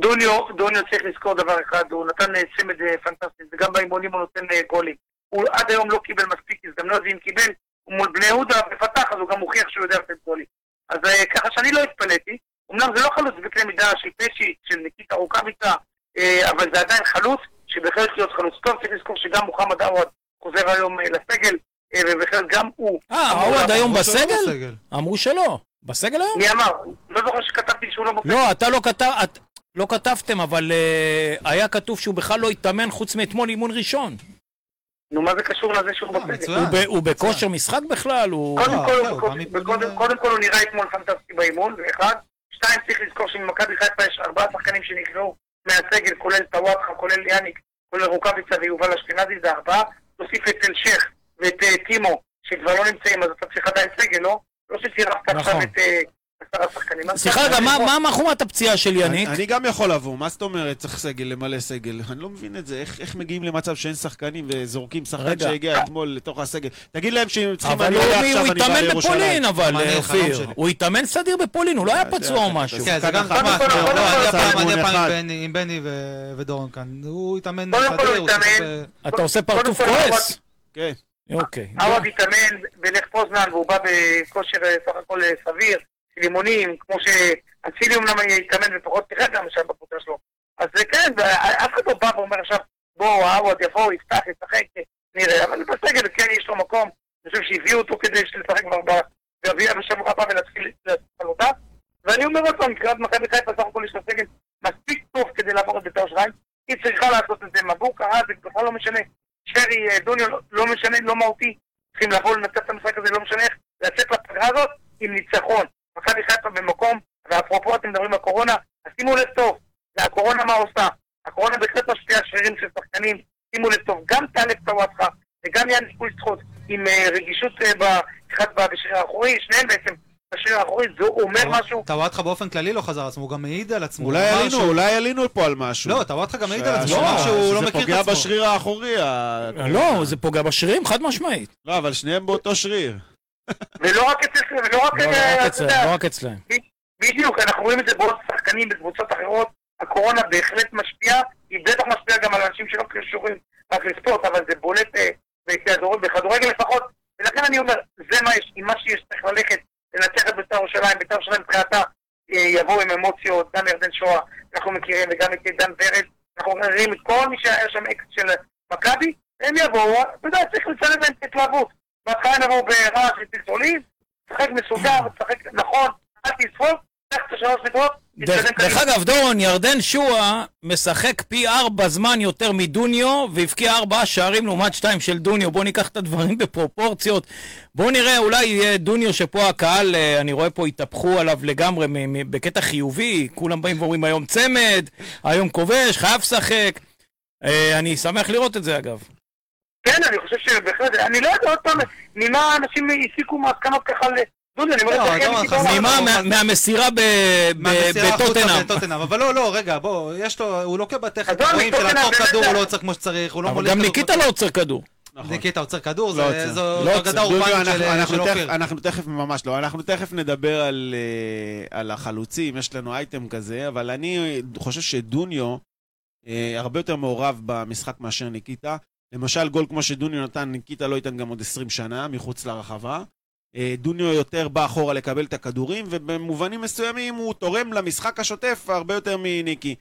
Speaker 5: דוניו, דוניו צריך לזכור דבר אחד, הוא נתן אה, צמד אה, פנטסטי, וגם באימונים הוא נותן אה, גולים. הוא עד היום לא קיבל מספיק הזדמנויות, ואם קיבל, הוא מול בני יהודה ופתח, אז הוא גם הוכיח שהוא יודע לתת גולים. אז אה, ככה שאני לא התפלאתי, אמנם זה לא חלוץ בקנה מידה של פשי, של ניקיטה רוקאביצה, אה, אבל זה עדיין חלוץ, שבהחלט להיות חלוץ טוב, צריך לזכור שגם מוחמד עווד חוזר היום אה, לסגל, אה, ובהחלט גם הוא.
Speaker 2: אה,
Speaker 5: אמור
Speaker 2: עווד
Speaker 5: לעבור.
Speaker 2: היום
Speaker 4: הוא שלא
Speaker 2: בסגל? אמרו שלא. בסגל היום?
Speaker 5: מי אמר? לא זוכר שכתבתי שהוא לא מופיע.
Speaker 2: לא, אתה לא כתב... את- לא כתבתם, אבל אה, היה כתוב שהוא בכלל לא התאמן חוץ מאתמול אימון ראשון.
Speaker 5: נו, מה זה קשור לזה שהוא
Speaker 4: אה,
Speaker 5: בסגל?
Speaker 4: מצוין.
Speaker 2: הוא ב- הוא בכושר משחק בכלל, הוא...
Speaker 5: קודם
Speaker 4: אה,
Speaker 5: כל,
Speaker 4: זהו,
Speaker 5: קודם-
Speaker 4: גם מפה
Speaker 5: קודם-
Speaker 4: נראה.
Speaker 5: קודם כל הוא נראה אתמול פנטסטי באימון, זה אחד. שתיים, צריך לזכור שבמכבי חיפה יש ארבעה שחקנים שנקראו מהסגל, כולל טוואטחה, כולל יאניק, כולל רוקאביצה ויובל אשכנזי, זה ארבעה. תוסיף את אלשיך ואת אה, טימו, שכבר לא נמצאים, אז אתה צריך עדיין סגל, לא? לא שצירפת עכשיו
Speaker 2: נכון.
Speaker 5: את אה, עשרה שחקנים. אז
Speaker 2: סליחה
Speaker 5: אתה-
Speaker 2: רגע, מה- מה- מה חומת הפציעה של יניק?
Speaker 3: אני, אני גם יכול לבוא, מה זאת אומרת צריך סגל, למלא סגל? אני לא מבין את זה, איך, איך מגיעים למצב שאין שחקנים וזורקים שחקן
Speaker 2: רגע.
Speaker 3: שהגיע אתמול לתוך הסגל? תגיד להם שאם הם צריכים...
Speaker 2: אבל
Speaker 3: אני
Speaker 2: הוא
Speaker 3: עולה
Speaker 2: מי- הוא
Speaker 3: עכשיו, אני בא
Speaker 2: התאמן
Speaker 3: לירושלים.
Speaker 2: בפולין, אבל
Speaker 4: אני,
Speaker 2: אה,
Speaker 4: החלום
Speaker 2: אופיר.
Speaker 4: שלי.
Speaker 2: הוא התאמן סדיר בפולין, הוא לא היה
Speaker 3: אתה-
Speaker 2: פצוע או
Speaker 3: אתה-
Speaker 2: משהו.
Speaker 4: כן, זה
Speaker 3: שחקן
Speaker 4: גם
Speaker 3: אחד.
Speaker 4: חמת,
Speaker 5: קודם כל,
Speaker 4: לא, אני
Speaker 5: קודם
Speaker 4: הפעם
Speaker 3: כל,
Speaker 4: אני הפעם עם
Speaker 3: אחד.
Speaker 4: בני- עם בני ו- ודורון כאן. הוא התאמן
Speaker 5: קודם כל הוא
Speaker 4: הוא שיחק
Speaker 5: התאמן.
Speaker 4: ב-
Speaker 2: אתה עושה
Speaker 5: קודם
Speaker 2: פרצוף
Speaker 5: כל,
Speaker 2: כועס.
Speaker 3: כן.
Speaker 2: אוקיי.
Speaker 5: עווד התאמן בלך פוזנן והוא בא בכושר אה, סך הכל אה, סביר, של אימונים, כמו שאצילי אמנם התאמן ופחות שיחק גם שם בקבוצה שלו. אז זה כן, זה- אף אחד לא בא ואומר עכשיו, בואו, עווד יבואו, יפתח, ישחק, אה, נראה. אבל בסגל כן יש לו מקום, אני חושב שהביאו אותו כדי לשחק כבר בגביע בשבוע הבא ולהתחיל אה, לחלוטה. ואני אומר עוד פעם, מבחינת מכבי חיפה סך הכל יש לה סגל מספיק טוב כדי לעבור את בית"ר ירושלים. היא צריכה לעשות את זה, מבוק, אה, זה בכלל לא משנה. שרי, אה, דוניו, לא- לא משנה, לא מהותי. צריכים לבוא לנצח את המשחק הזה, לא משנה איך, לצאת לפגרה הזאת עם ניצחון. מכבי חיפה במקום, ואפרופו אתם מדברים על קורונה, אז שימו לב טוב, זה הקורונה מה עושה? הקורונה בהחלט משפיעה על שרירים של שחקנים, שימו לב טוב, גם טלב טוואטחה וגם יאן קויסטחוט עם אה, רגישות אה, ב- אחד ב- בשריר האחורי, שניהם בעצם בשריר האחורי, זה אומר
Speaker 4: נכון.
Speaker 5: משהו.
Speaker 4: טוואטחה באופן כללי לא חזר על עצמו, הוא גם העיד על עצמו.
Speaker 3: אולי
Speaker 4: הוא אמר
Speaker 3: עלינו,
Speaker 4: שהוא-
Speaker 3: אולי עלינו פה על משהו.
Speaker 4: לא, טוואטחה גם העיד על
Speaker 3: שה-
Speaker 4: עצמו, הוא
Speaker 3: שה-
Speaker 4: אמר שהוא לא
Speaker 3: שזה
Speaker 4: מכיר
Speaker 3: פוגע
Speaker 4: את עצמו.
Speaker 3: בשריר האחורי. ה-
Speaker 2: לא, זה פוגע בשרירים, חד משמעית.
Speaker 3: לא, אבל שניהם באותו שריר.
Speaker 5: ולא רק אצל... ולא רק...
Speaker 2: לא
Speaker 5: אה,
Speaker 2: רק
Speaker 5: אתה
Speaker 2: אצלם,
Speaker 5: יודע,
Speaker 2: לא רק אצלם.
Speaker 5: בדיוק, אנחנו רואים את זה בעוד שחקנים בקבוצות אחרות. הקורונה בהחלט משפיעה, היא בטח משפיעה גם על אנשים שלא קשורים רק לספורט, אבל זה בולט אה, בכדור- בכדורגל לפחות, ולכן אני אומר, זה מה יש, עם מה שיש צריך ללכת, לנצח את בית"ר ירושלים, בית"ר ירושלים מבחינתה אה, יבואו עם אמוציות, גם ירדן שואה, אנחנו מכירים, וגם את דן ורד, אנחנו מכירים את כל מי שהיה שם אקס של מכבי, הם יבואו, אה, אתה יודע, צריך לצלם להם את ההתלהבות. בהתחלה הם יבואו ברעש וטלטולים, תשחק מסודר, תשחק נכון, אל תספור, קח את השלוש נקודות,
Speaker 2: דרך
Speaker 5: תתקדם
Speaker 2: דרך
Speaker 5: קדימה.
Speaker 2: אגב, דורון, ירדן שואה משחק פי ארבע זמן יותר מדוניו, והבקיע ארבעה שערים לעומת שתיים של דוניו. בואו ניקח את הדברים בפרופורציות. בואו נראה, אולי אה, דוניו, שפה הקהל, אה, אני רואה פה, התהפכו עליו לגמרי מ- מ- בקטע חיובי. כולם באים ואומרים, היום צמד, היום כובש, חייב לשחק. אה, אני שמח לראות את זה, אגב.
Speaker 5: כן, אני חושב שבהחלט, אני לא יודע עוד פעם, ממה אנשים הסיקו מהסכנות ככה לדודי, אני
Speaker 4: לא,
Speaker 5: אומר את זה,
Speaker 4: לא,
Speaker 5: כן,
Speaker 4: חזרה
Speaker 5: כי
Speaker 2: ממה?
Speaker 4: לא,
Speaker 2: מה-
Speaker 4: חז-
Speaker 2: מהמסירה ב- ב-
Speaker 4: מהמסירה החוצה
Speaker 2: בטוטנאם.
Speaker 4: בטוטנאם. אבל לא, לא, רגע, בוא, יש לו, הוא לוקה בטכנית,
Speaker 5: עזוב,
Speaker 4: רואים
Speaker 5: מטוטנאם
Speaker 4: שלעצור
Speaker 5: באמת
Speaker 4: כדור
Speaker 5: זה-
Speaker 4: הוא לא עוצר כמו שצריך, הוא לא
Speaker 2: אבל
Speaker 4: מוליך
Speaker 2: גם
Speaker 4: כדור.
Speaker 2: ניקיטה לא עוצר כדור.
Speaker 3: נכון.
Speaker 4: ניקיטה עוצר כדור,
Speaker 3: לא
Speaker 4: זה-
Speaker 3: עוצר.
Speaker 4: זו
Speaker 2: לא
Speaker 4: זו
Speaker 2: עוצר.
Speaker 4: אגדה אורבנית
Speaker 3: דודו,
Speaker 4: של
Speaker 3: אנחנו-
Speaker 4: של
Speaker 3: אנחנו תכף-
Speaker 4: אופיר.
Speaker 3: אנחנו תכף, ממש לא, אנחנו תכף נדבר על, אה, על החלוצים, יש לנו אייטם כזה, אבל אני חושב שדוניו אה, הרבה יותר מעורב במשחק מאשר ניקיטה. למשל, גול כמו שדוניו נתן, ניקיטה לא ייתן גם עוד 20 שנה, מחוץ לרחבה. אה, דוניו יותר בא אחורה לקבל את הכדורים, ובמובנים מסוימים הוא תורם למשחק השוטף הרבה יותר מניקי.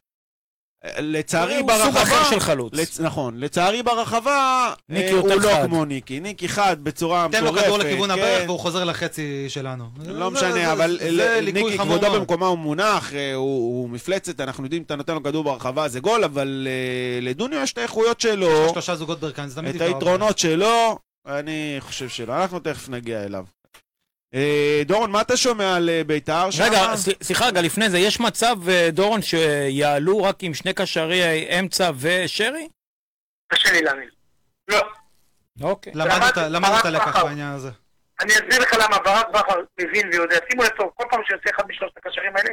Speaker 3: אה, לצערי,
Speaker 2: הוא סוג
Speaker 3: ברחבה...
Speaker 2: אחר של חלוץ.
Speaker 3: לצ... נכון, לצערי ברחבה,
Speaker 2: ניקי
Speaker 3: אה,
Speaker 2: יותר
Speaker 3: הוא לא
Speaker 2: חד.
Speaker 3: כמו ניקי. ניקי חד בצורה
Speaker 4: תן לו
Speaker 3: מטורפת.
Speaker 4: לא כדור לכיוון
Speaker 3: כן.
Speaker 4: הברך והוא חוזר לחצי שלנו. זה-
Speaker 3: לא משנה,
Speaker 4: זה-
Speaker 3: אבל
Speaker 4: זה
Speaker 3: ל-
Speaker 4: ליקוי
Speaker 3: ניקי
Speaker 4: חמור
Speaker 3: כבודו
Speaker 4: מאוד.
Speaker 3: במקומה הוא מונח, אה, הוא הוא מפלצת, אנחנו יודעים, אתה נותן לו כדור ברחבה זה גול, אבל אה, לדוניו יש את האיכויות
Speaker 4: יש
Speaker 3: שלו,
Speaker 4: לו שלושה זוגות ברכיים, זה תמיד
Speaker 3: את
Speaker 4: יפגע בו.
Speaker 3: היתרונות שלו, אני חושב שלא. אנחנו תכף נגיע אליו. אה, דורון, מה אתה שומע על אה, בית"ר שם?
Speaker 2: רגע, סל- סליחה, רגע, לפני זה, יש מצב, אה, דורון, שיעלו רק עם שני קשרי אמצע ושרי?
Speaker 5: קשה לי להאמין. לא,
Speaker 2: אוקיי.
Speaker 4: למדת-
Speaker 5: למד-
Speaker 4: למדת
Speaker 5: למד
Speaker 4: לקח
Speaker 5: בכר.
Speaker 4: בעניין הזה.
Speaker 5: אני אסביר לך למה ברק בכר מבין ויודע. שימו לב טוב, כל פעם שיוצא אחד משלושת הקשרים האלה,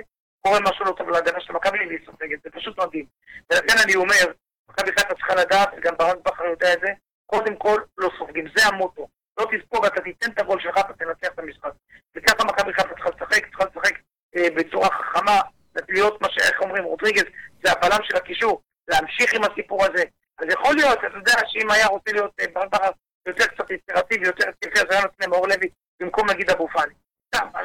Speaker 5: קורה משהו לא טוב להגנה של מכבי והיא סופגת, זה פשוט מדהים. ולכן אני אומר, מכבי חיפה צריכה לדעת, וגם ברק בכר יודע את זה, קודם כל לא סופגים, זה המוטו. לא תספוג, אתה תיתן את הגול שלך, אתה תנצח את המשחק. וככה מכבי חיפה צריכה לשחק, צריכה לשחק אה, בצורה חכמה, להיות מה שאיך אומרים, רודריגז, זה הבלם של הקישור, להמשיך עם הסיפור הזה. אז יכול להיות, אתה יודע שאם היה רוצה להיות אה, ברק בכר יותר קצת אינסטרטיבי, יותר התקפי, אז היה נותן למאור לוי במקום נגיד אבו פאני. סתם, אה,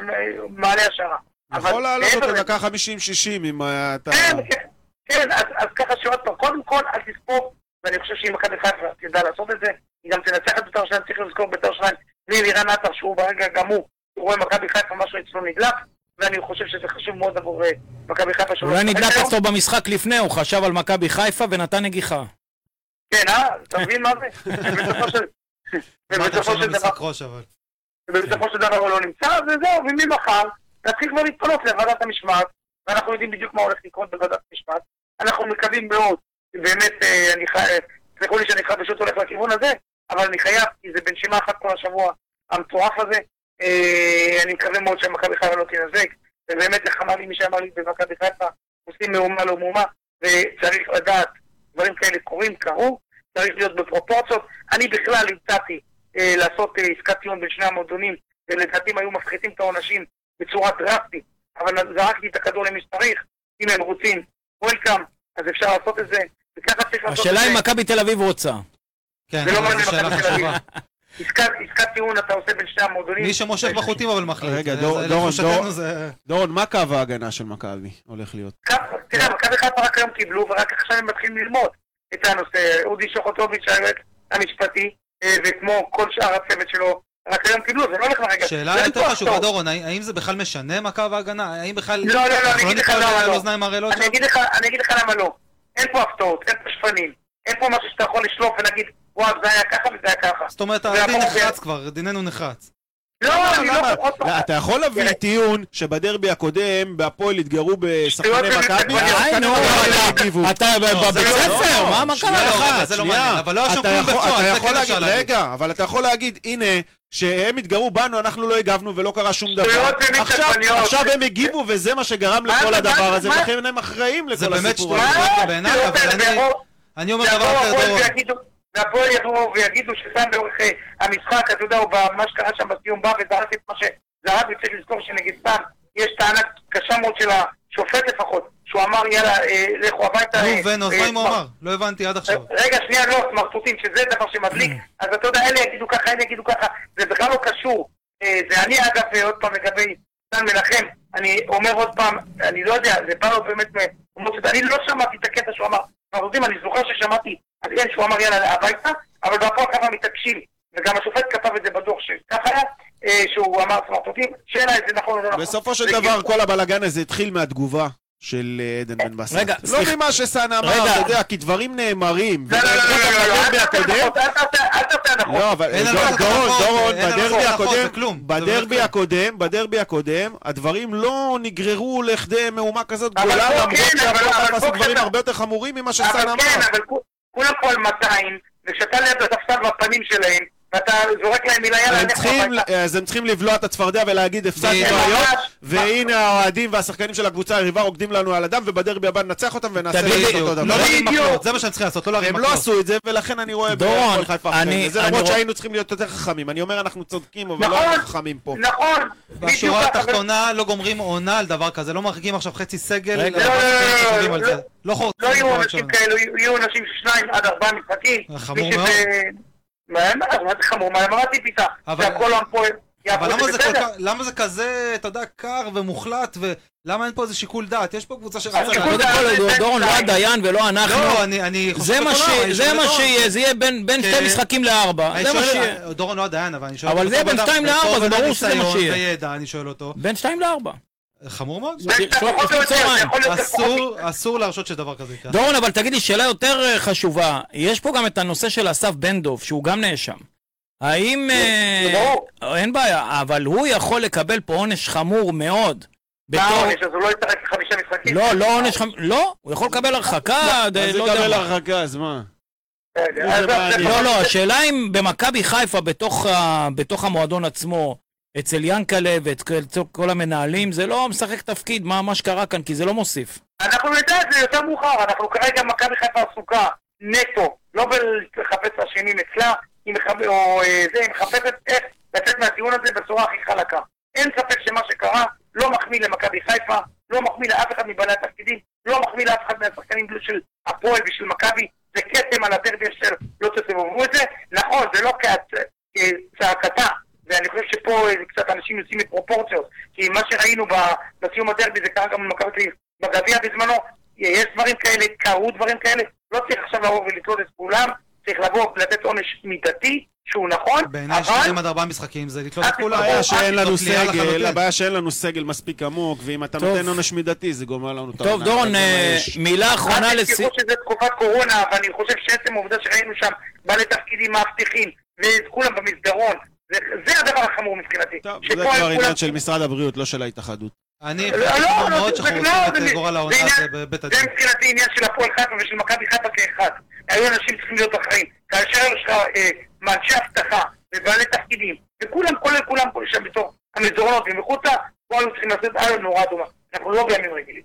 Speaker 5: מעלה השערה. אבל
Speaker 3: יכול לעלות
Speaker 5: מעבר
Speaker 3: אותו
Speaker 5: לזה-
Speaker 3: דקה 50-60 אם אה, אתה...
Speaker 5: כן, כן, כן, אז, אז ככה שעוד פעם, קודם כל אל תספור, ואני חושב שאם מכבי חיפה תדע לעשות את זה, היא גם תנצח את בית"ר ירושלים, צריך לזכור בית"ר ירושלים, בלי לירן עטר שהוא ברגע גם הוא, הוא רואה מכבי חיפה, משהו אצלו נדלק, ואני חושב שזה חשוב מאוד עבור אה, מכבי חיפה. שהוא לא
Speaker 2: אולי
Speaker 5: משחק
Speaker 2: נדלק
Speaker 5: היום.
Speaker 2: אצלו במשחק לפני, הוא חשב על מכבי חיפה ונתן נגיחה.
Speaker 5: כן, אה? אתה מבין מה זה? ובסופו של-
Speaker 4: אמרת
Speaker 5: ובסופו
Speaker 4: עכשיו
Speaker 5: של דבר...
Speaker 4: משחק ראש, אבל.
Speaker 5: ובסופו של דבר הוא לא נמצא, וזהו, וממחר נתחיל כבר להתפנות לוועדת המשמעת, ואנחנו יודעים בדיוק מה הולך לקרות בוועדת המשמעת. אנחנו מקווים מאוד, באמת, אה, אני חייב, תסלחו לי שאני חייב פשוט הולך לכיוון הזה, אבל אני חייב, כי זה בנשימה אחת כל השבוע המטורף הזה. אה, אני מקווה מאוד שמכבי חיפה לא תינזק, ובאמת, איך אמר לי מי שאמר לי במכבי חיפה, עושים מהומה לא מהומה, וצריך לדעת, דברים כאלה קורים, קרו, צריך להיות בפרופורציות. אני בכלל הצעתי אה, לעשות אה, עסקת טיעון בין שני המועדונים, ולדעתי הם היו מפחיתים את העונשים בצורה דרסטית, אבל זרקתי את הכדור למי שצריך, אם הם רוצים, וולקאם, אז אפשר לעשות את זה, וככה צריך לעשות את זה.
Speaker 2: השאלה אם מכבי תל אביב רוצה.
Speaker 4: כן,
Speaker 5: זה לא
Speaker 4: אבל
Speaker 5: מעניין
Speaker 4: זו
Speaker 5: מכבי
Speaker 4: שאלה
Speaker 5: תל אביב.
Speaker 4: חשובה.
Speaker 5: עסקת עסקת טיעון אתה עושה בין שני המועדונים.
Speaker 4: מי שמושב בחוטים אבל מחליט.
Speaker 3: רגע,
Speaker 4: זה-
Speaker 3: דור-
Speaker 4: זה-
Speaker 3: דורון,
Speaker 4: לתחושתנו
Speaker 3: דור-
Speaker 4: זה-
Speaker 3: דורון, מה קו ההגנה של מכבי הולך להיות?
Speaker 5: ככה, תראה,
Speaker 4: כן.
Speaker 5: מכבי חיפה רק היום קיבלו, ורק עכשיו הם מתחילים ללמוד את הנושא. אודי שוחוטוביץ', היועץ המשפטי, אה, וכמו כל שאר הצוות שלו, רק היום קיבלו, זה לא הולך לרגע.
Speaker 4: שאלה
Speaker 5: זה
Speaker 4: יותר
Speaker 5: כוח
Speaker 4: חשובה,
Speaker 5: טוב.
Speaker 4: דורון, האם- האם זה בכלל משנה מה קו ההגנה? האם בכלל...
Speaker 5: לא, לא, לא, אני
Speaker 4: אנחנו
Speaker 5: אגיד לך
Speaker 4: ניפול
Speaker 5: למה
Speaker 4: על
Speaker 5: לא.
Speaker 4: אוזניים ערלות
Speaker 5: אני
Speaker 4: שם?
Speaker 5: אגיד לך, אני אגיד לך למה לא. אין פה הפתעות, אין פה שפנים, אין פה משהו שאתה יכול לשלוף ולהגיד, וואו, זה היה ככה וזה היה ככה.
Speaker 4: זאת אומרת,
Speaker 5: והפוך
Speaker 4: הדין
Speaker 5: זה-
Speaker 4: נחרץ כבר, דיננו נחרץ.
Speaker 5: לא, אני
Speaker 3: למה?
Speaker 5: לא... עוד פעם.
Speaker 3: לא, אתה יכול להביא
Speaker 5: תראה.
Speaker 3: טיעון שבדרבי הקודם בהפועל התגרו בשחקני
Speaker 5: שטויות
Speaker 3: מכבי, אה,
Speaker 5: ומתקפות.
Speaker 3: השחקנים
Speaker 2: די, נו,
Speaker 3: בהפועל
Speaker 2: אתה-
Speaker 3: הגיבו.
Speaker 2: אתה בבית
Speaker 4: לא-
Speaker 2: ספר,
Speaker 4: לא,
Speaker 2: מה מה
Speaker 4: שנייה
Speaker 2: קרה?
Speaker 4: אחת.
Speaker 2: לך?
Speaker 4: אבל זה לא מעניין, אבל לא היה שם
Speaker 3: אתה
Speaker 4: כלום
Speaker 3: יכול-
Speaker 4: בפועל,
Speaker 3: אתה
Speaker 4: זה
Speaker 3: יכול
Speaker 4: כן
Speaker 3: להגיד,
Speaker 4: אפשר להגיד.
Speaker 3: רגע, אבל אתה יכול להגיד, הנה, שהם התגרו בנו, אנחנו לא הגבנו ולא קרה שום דבר.
Speaker 5: שטויות ומתקפניות.
Speaker 3: עכשיו-
Speaker 4: לא-
Speaker 3: עכשיו הם הגיבו וזה מה שגרם
Speaker 4: אה,
Speaker 5: מה-
Speaker 3: לכל
Speaker 5: מה-
Speaker 3: הדבר הזה,
Speaker 5: מה-
Speaker 3: ולכן הם אחראים
Speaker 4: זה
Speaker 3: לכל
Speaker 4: באמת
Speaker 3: הסיפור
Speaker 4: שטויות.
Speaker 3: הזה.
Speaker 4: זה
Speaker 5: מה?
Speaker 4: לא, בעיניי,
Speaker 5: לא, תראו,
Speaker 4: אבל אני-
Speaker 5: ויבואו-
Speaker 4: אני אומר
Speaker 5: יבואו
Speaker 4: דבר אחר,
Speaker 5: הפועל
Speaker 4: דורון.
Speaker 5: ויגידו- והפועל יבואו ויגידו שסתם לאורך אה, המשחק, אתה יודע, הוא במה שקרה שם בסיום בא וזרק את מה שזרק, וצריך לזכור שנגד סתם יש טענה קשה מאוד של השופט לפחות, שהוא אמר יאללה, אה, לכו הביתה. אה,
Speaker 4: נו, ונוס,
Speaker 5: אה,
Speaker 4: מה אם הוא אמר? לא הבנתי עד עכשיו.
Speaker 5: רגע, שנייה, לא, סמרטוטים, שזה דבר שמדליק. אז אתה יודע, אלה יגידו ככה, אלה יגידו ככה, זה בכלל לא קשור. אה, זה אני, אגב, אה, עוד פעם, לגבי דן מנחם, אני אומר עוד פעם, אני לא יודע, זה בא לו באמת מ... אני לא שמעתי את הקטע שהוא אמר. אנחנו יודעים, אני זוכר ששמעתי על אין שהוא אמר יאללה הביתה, אבל בהפועל ככה מתעקשים. וגם השופט כתב את זה בדוח שככה היה, אה, שהוא אמר סמרטוטים, שאלה אם זה נכון או לא נכון.
Speaker 3: בסופו
Speaker 5: זה
Speaker 3: של דבר,
Speaker 5: כאילו-
Speaker 3: כל הבלגן הזה התחיל מהתגובה. של אה, עדן בן בסט.
Speaker 2: רגע,
Speaker 3: לא
Speaker 2: סליחה.
Speaker 3: ממה שסאנה אמר,
Speaker 2: רגע.
Speaker 3: אתה יודע, כי דברים נאמרים.
Speaker 5: לא, לא, לא, לא, לא, לא, אל תעשה
Speaker 3: הקודם-
Speaker 5: הנחות, אל תעשה- אל תעשה הנחות.
Speaker 3: לא, אבל
Speaker 4: אין
Speaker 3: דורון,
Speaker 4: הנחות,
Speaker 3: דורון,
Speaker 4: הנחות,
Speaker 3: דורון,
Speaker 4: אין הנחות,
Speaker 3: בדרבי
Speaker 4: הנחות, זה
Speaker 3: הקודם,
Speaker 4: כלום. זה
Speaker 3: בדרבי
Speaker 4: באמת
Speaker 3: הקודם, בדרבי הקודם, הדברים לא נגררו לכדי מהומה כזאת
Speaker 5: אבל
Speaker 3: גדולה,
Speaker 5: פה
Speaker 3: למרות
Speaker 5: כן, אבל-
Speaker 3: שהפועל
Speaker 5: אבל
Speaker 3: חיפה עשו
Speaker 5: פה
Speaker 3: דברים
Speaker 5: כשאתה-
Speaker 3: הרבה יותר חמורים ממה שסאן
Speaker 5: אבל כן,
Speaker 3: אמר.
Speaker 5: אבל כו- כולם פה על 200, וכשאתה ליד הספסל בפנים שלהם, ואתה זורק להם מילה יאללה,
Speaker 3: הם
Speaker 5: לכו
Speaker 3: צריכים, אה,
Speaker 5: הביתה.
Speaker 3: אז הם צריכים לבלוע את הצפרדע ולהגיד הפסדנו
Speaker 4: בדיוק.
Speaker 3: היום,
Speaker 5: ממש.
Speaker 3: והנה האוהדים והשחקנים של הקבוצה היריבה רוקדים לנו על הדם, ובדרבי הבא ננצח אותם ונעשה
Speaker 2: תגיד
Speaker 3: את
Speaker 2: לי,
Speaker 3: אותו
Speaker 4: בדיוק.
Speaker 3: דבר.
Speaker 4: לא להרים
Speaker 5: בדיוק.
Speaker 4: מקלות, זה מה שהם צריכים לעשות, לא להרים
Speaker 3: הם
Speaker 4: מקלות.
Speaker 3: לא עשו את זה, ולכן אני רואה
Speaker 2: דורון,
Speaker 3: בהפועל חיפה אחרי
Speaker 2: אני-
Speaker 3: זה
Speaker 2: אני
Speaker 3: למרות
Speaker 2: רוא-
Speaker 3: שהיינו צריכים להיות יותר חכמים. אני אומר, אנחנו צודקים, אבל לא
Speaker 5: נכון.
Speaker 3: היינו חכמים פה.
Speaker 5: נכון, בדיוק
Speaker 4: בשורה
Speaker 5: ככה.
Speaker 4: התחתונה לא גומרים עונה על דבר כזה, לא מרחיקים עכשיו חצי סגל.
Speaker 2: רגע,
Speaker 4: אלא
Speaker 5: לא,
Speaker 4: אנחנו
Speaker 5: לא, לא,
Speaker 4: חושבים
Speaker 5: לא,
Speaker 4: על
Speaker 5: לא.
Speaker 4: זה. לא
Speaker 5: לא
Speaker 4: חורצים.
Speaker 5: יהיו
Speaker 4: הוראות
Speaker 5: אנשים
Speaker 4: שלנו.
Speaker 5: כאלו, יהיו- יהיו אנשים שניים עד ארבעה משחקים.
Speaker 4: חמור
Speaker 5: מי שזה- מה, מה, מה זה חמור? מה אמרתי פיתה?
Speaker 4: אבל-
Speaker 5: שהכל עם פה...
Speaker 4: אבל
Speaker 5: יעבוד
Speaker 4: למה זה כל
Speaker 5: בסדר.
Speaker 4: כך, למה זה כזה, אתה יודע, קר ומוחלט, ולמה אין פה איזה שיקול דעת? יש פה קבוצה שרצה...
Speaker 5: השיקול
Speaker 4: קדימה.
Speaker 2: קודם כל, דורון, לא הדיין ולא אנחנו.
Speaker 4: לא, אני, אני חושב...
Speaker 2: זה מה
Speaker 4: אותו דבר, אני
Speaker 2: ש- זה
Speaker 4: שואל
Speaker 2: מה
Speaker 4: את דורון.
Speaker 2: שיהיה, זה יהיה בין בין
Speaker 4: כן.
Speaker 2: שתי משחקים לארבע.
Speaker 4: לא. אני
Speaker 2: זה מה
Speaker 4: שואל-
Speaker 2: שיהיה.
Speaker 4: דורון לא עדיין, אבל אני שואל...
Speaker 2: אבל
Speaker 4: אותו
Speaker 2: זה בין
Speaker 4: בן אדם-
Speaker 2: שתיים לארבע,
Speaker 4: אותו
Speaker 2: זה
Speaker 4: בן אדם
Speaker 2: ברור שזה מה
Speaker 4: ניסיון
Speaker 2: שיהיה.
Speaker 4: וידע, אני שואל אותו.
Speaker 2: בין שתיים לארבע.
Speaker 4: חמור מאוד.
Speaker 5: זה שאתה
Speaker 2: שלוש-
Speaker 5: פחות או יותר,
Speaker 2: צהריים.
Speaker 5: זה יכול להיות לפחות
Speaker 4: אסור, אסור להרשות שדבר כזה יקרה.
Speaker 2: דורון, אבל תגיד לי, שאלה יותר אה, חשובה. יש פה גם את הנושא של אסף בנדוב, שהוא גם נאשם. האם... אה,
Speaker 5: זה ברור.
Speaker 2: אין בעיה, אבל הוא יכול לקבל פה עונש חמור מאוד.
Speaker 5: מה
Speaker 2: בתור...
Speaker 5: העונש, אז הוא לא יצטרך חמישה משחקים.
Speaker 2: לא, לא עונש חמור. לא, הוא יכול לקבל הרחקה, ד-
Speaker 3: אז
Speaker 2: לא יודע
Speaker 3: יקבל
Speaker 2: מה.
Speaker 3: הרחקה, אז מה?
Speaker 5: בסדר,
Speaker 3: זה
Speaker 5: אז- אז-
Speaker 3: מעניין.
Speaker 2: לא, לא, השאלה אם במכבי חיפה, בתוך, ה- בתוך המועדון עצמו, אצל ינקלה ואצל כל המנהלים, זה לא משחק תפקיד, מה, מה שקרה כאן, כי זה לא מוסיף.
Speaker 5: אנחנו נדע את זה יותר מאוחר, אנחנו כרגע מכבי חיפה עסוקה נטו, לא בלחפש אשמים אצלה, היא מחפ- או אה, זה, היא מחפשת איך לצאת מהטיעון הזה בצורה הכי חלקה. אין ספק שמה שקרה לא מחמיא למכבי חיפה, לא מחמיא לאף אחד מבעלי התפקידים, לא מחמיא לאף אחד מהשחקנים של הפועל ושל מכבי, זה כתם על הדרבי של לא תסובבו את זה. נכון, זה לא כהצ- כצעקתה, ואני חושב שפה אה, קצת אנשים יוצאים מפרופורציות, כי מה שראינו ב- בסיום הדרבי זה קרה גם למכבי תל אביב. בגביע בזמנו, יש דברים כאלה, קרו דברים כאלה, לא צריך עכשיו לבוא ולתלות את כולם, צריך לבוא ולתת עונש מידתי, שהוא נכון,
Speaker 4: בעיניי שניים עד ארבעה משחקים זה לתלות את
Speaker 5: אל
Speaker 4: כולם.
Speaker 5: תתבלבל.
Speaker 3: הבעיה שאין לנו
Speaker 4: זאת פליאה
Speaker 3: סגל,
Speaker 4: לחלוטין.
Speaker 3: הבעיה שאין לנו סגל מספיק עמוק, ואם אתה
Speaker 2: טוב.
Speaker 3: נותן עונש מידתי זה גומר לנו את העונה.
Speaker 2: טוב, דורון,
Speaker 3: זה
Speaker 2: אה,
Speaker 3: מה יש.
Speaker 2: מילה אחרונה
Speaker 5: אל
Speaker 2: לסיום.
Speaker 5: תשכחו שזה תקופת קורונה, ואני חושב שעצם העובדה שראינו שם בעלי תפקידים מאבטחים, וכולם במסדרון, זה, זה הדבר החמור מבחינתי.
Speaker 3: טוב,
Speaker 5: שפה
Speaker 3: זה כבר
Speaker 5: כולם-
Speaker 3: עניין של משרד הבריאות, לא של ההתאחדות.
Speaker 4: אני
Speaker 5: לא, לא,
Speaker 4: חושב
Speaker 5: לא,
Speaker 4: מאוד
Speaker 5: זה
Speaker 4: שאנחנו
Speaker 5: בכלל,
Speaker 4: רוצים
Speaker 5: זה-
Speaker 4: את גורל
Speaker 5: זה
Speaker 4: העונה הזה
Speaker 5: עניין-
Speaker 4: בבית הדין.
Speaker 5: זה מבחינתי עניין של הפועל חיפה ושל מכבי חיפה כאחד. היו אנשים צריכים להיות אחראים. כאשר יש לך אה, מאנשי אבטחה ובעלי תפקידים, וכולם, כולל כולם פה שם בתור המסדרונות ומחוצה, פה היו צריכים לעשות על נורה אדומה. אנחנו לא בימים רגילים.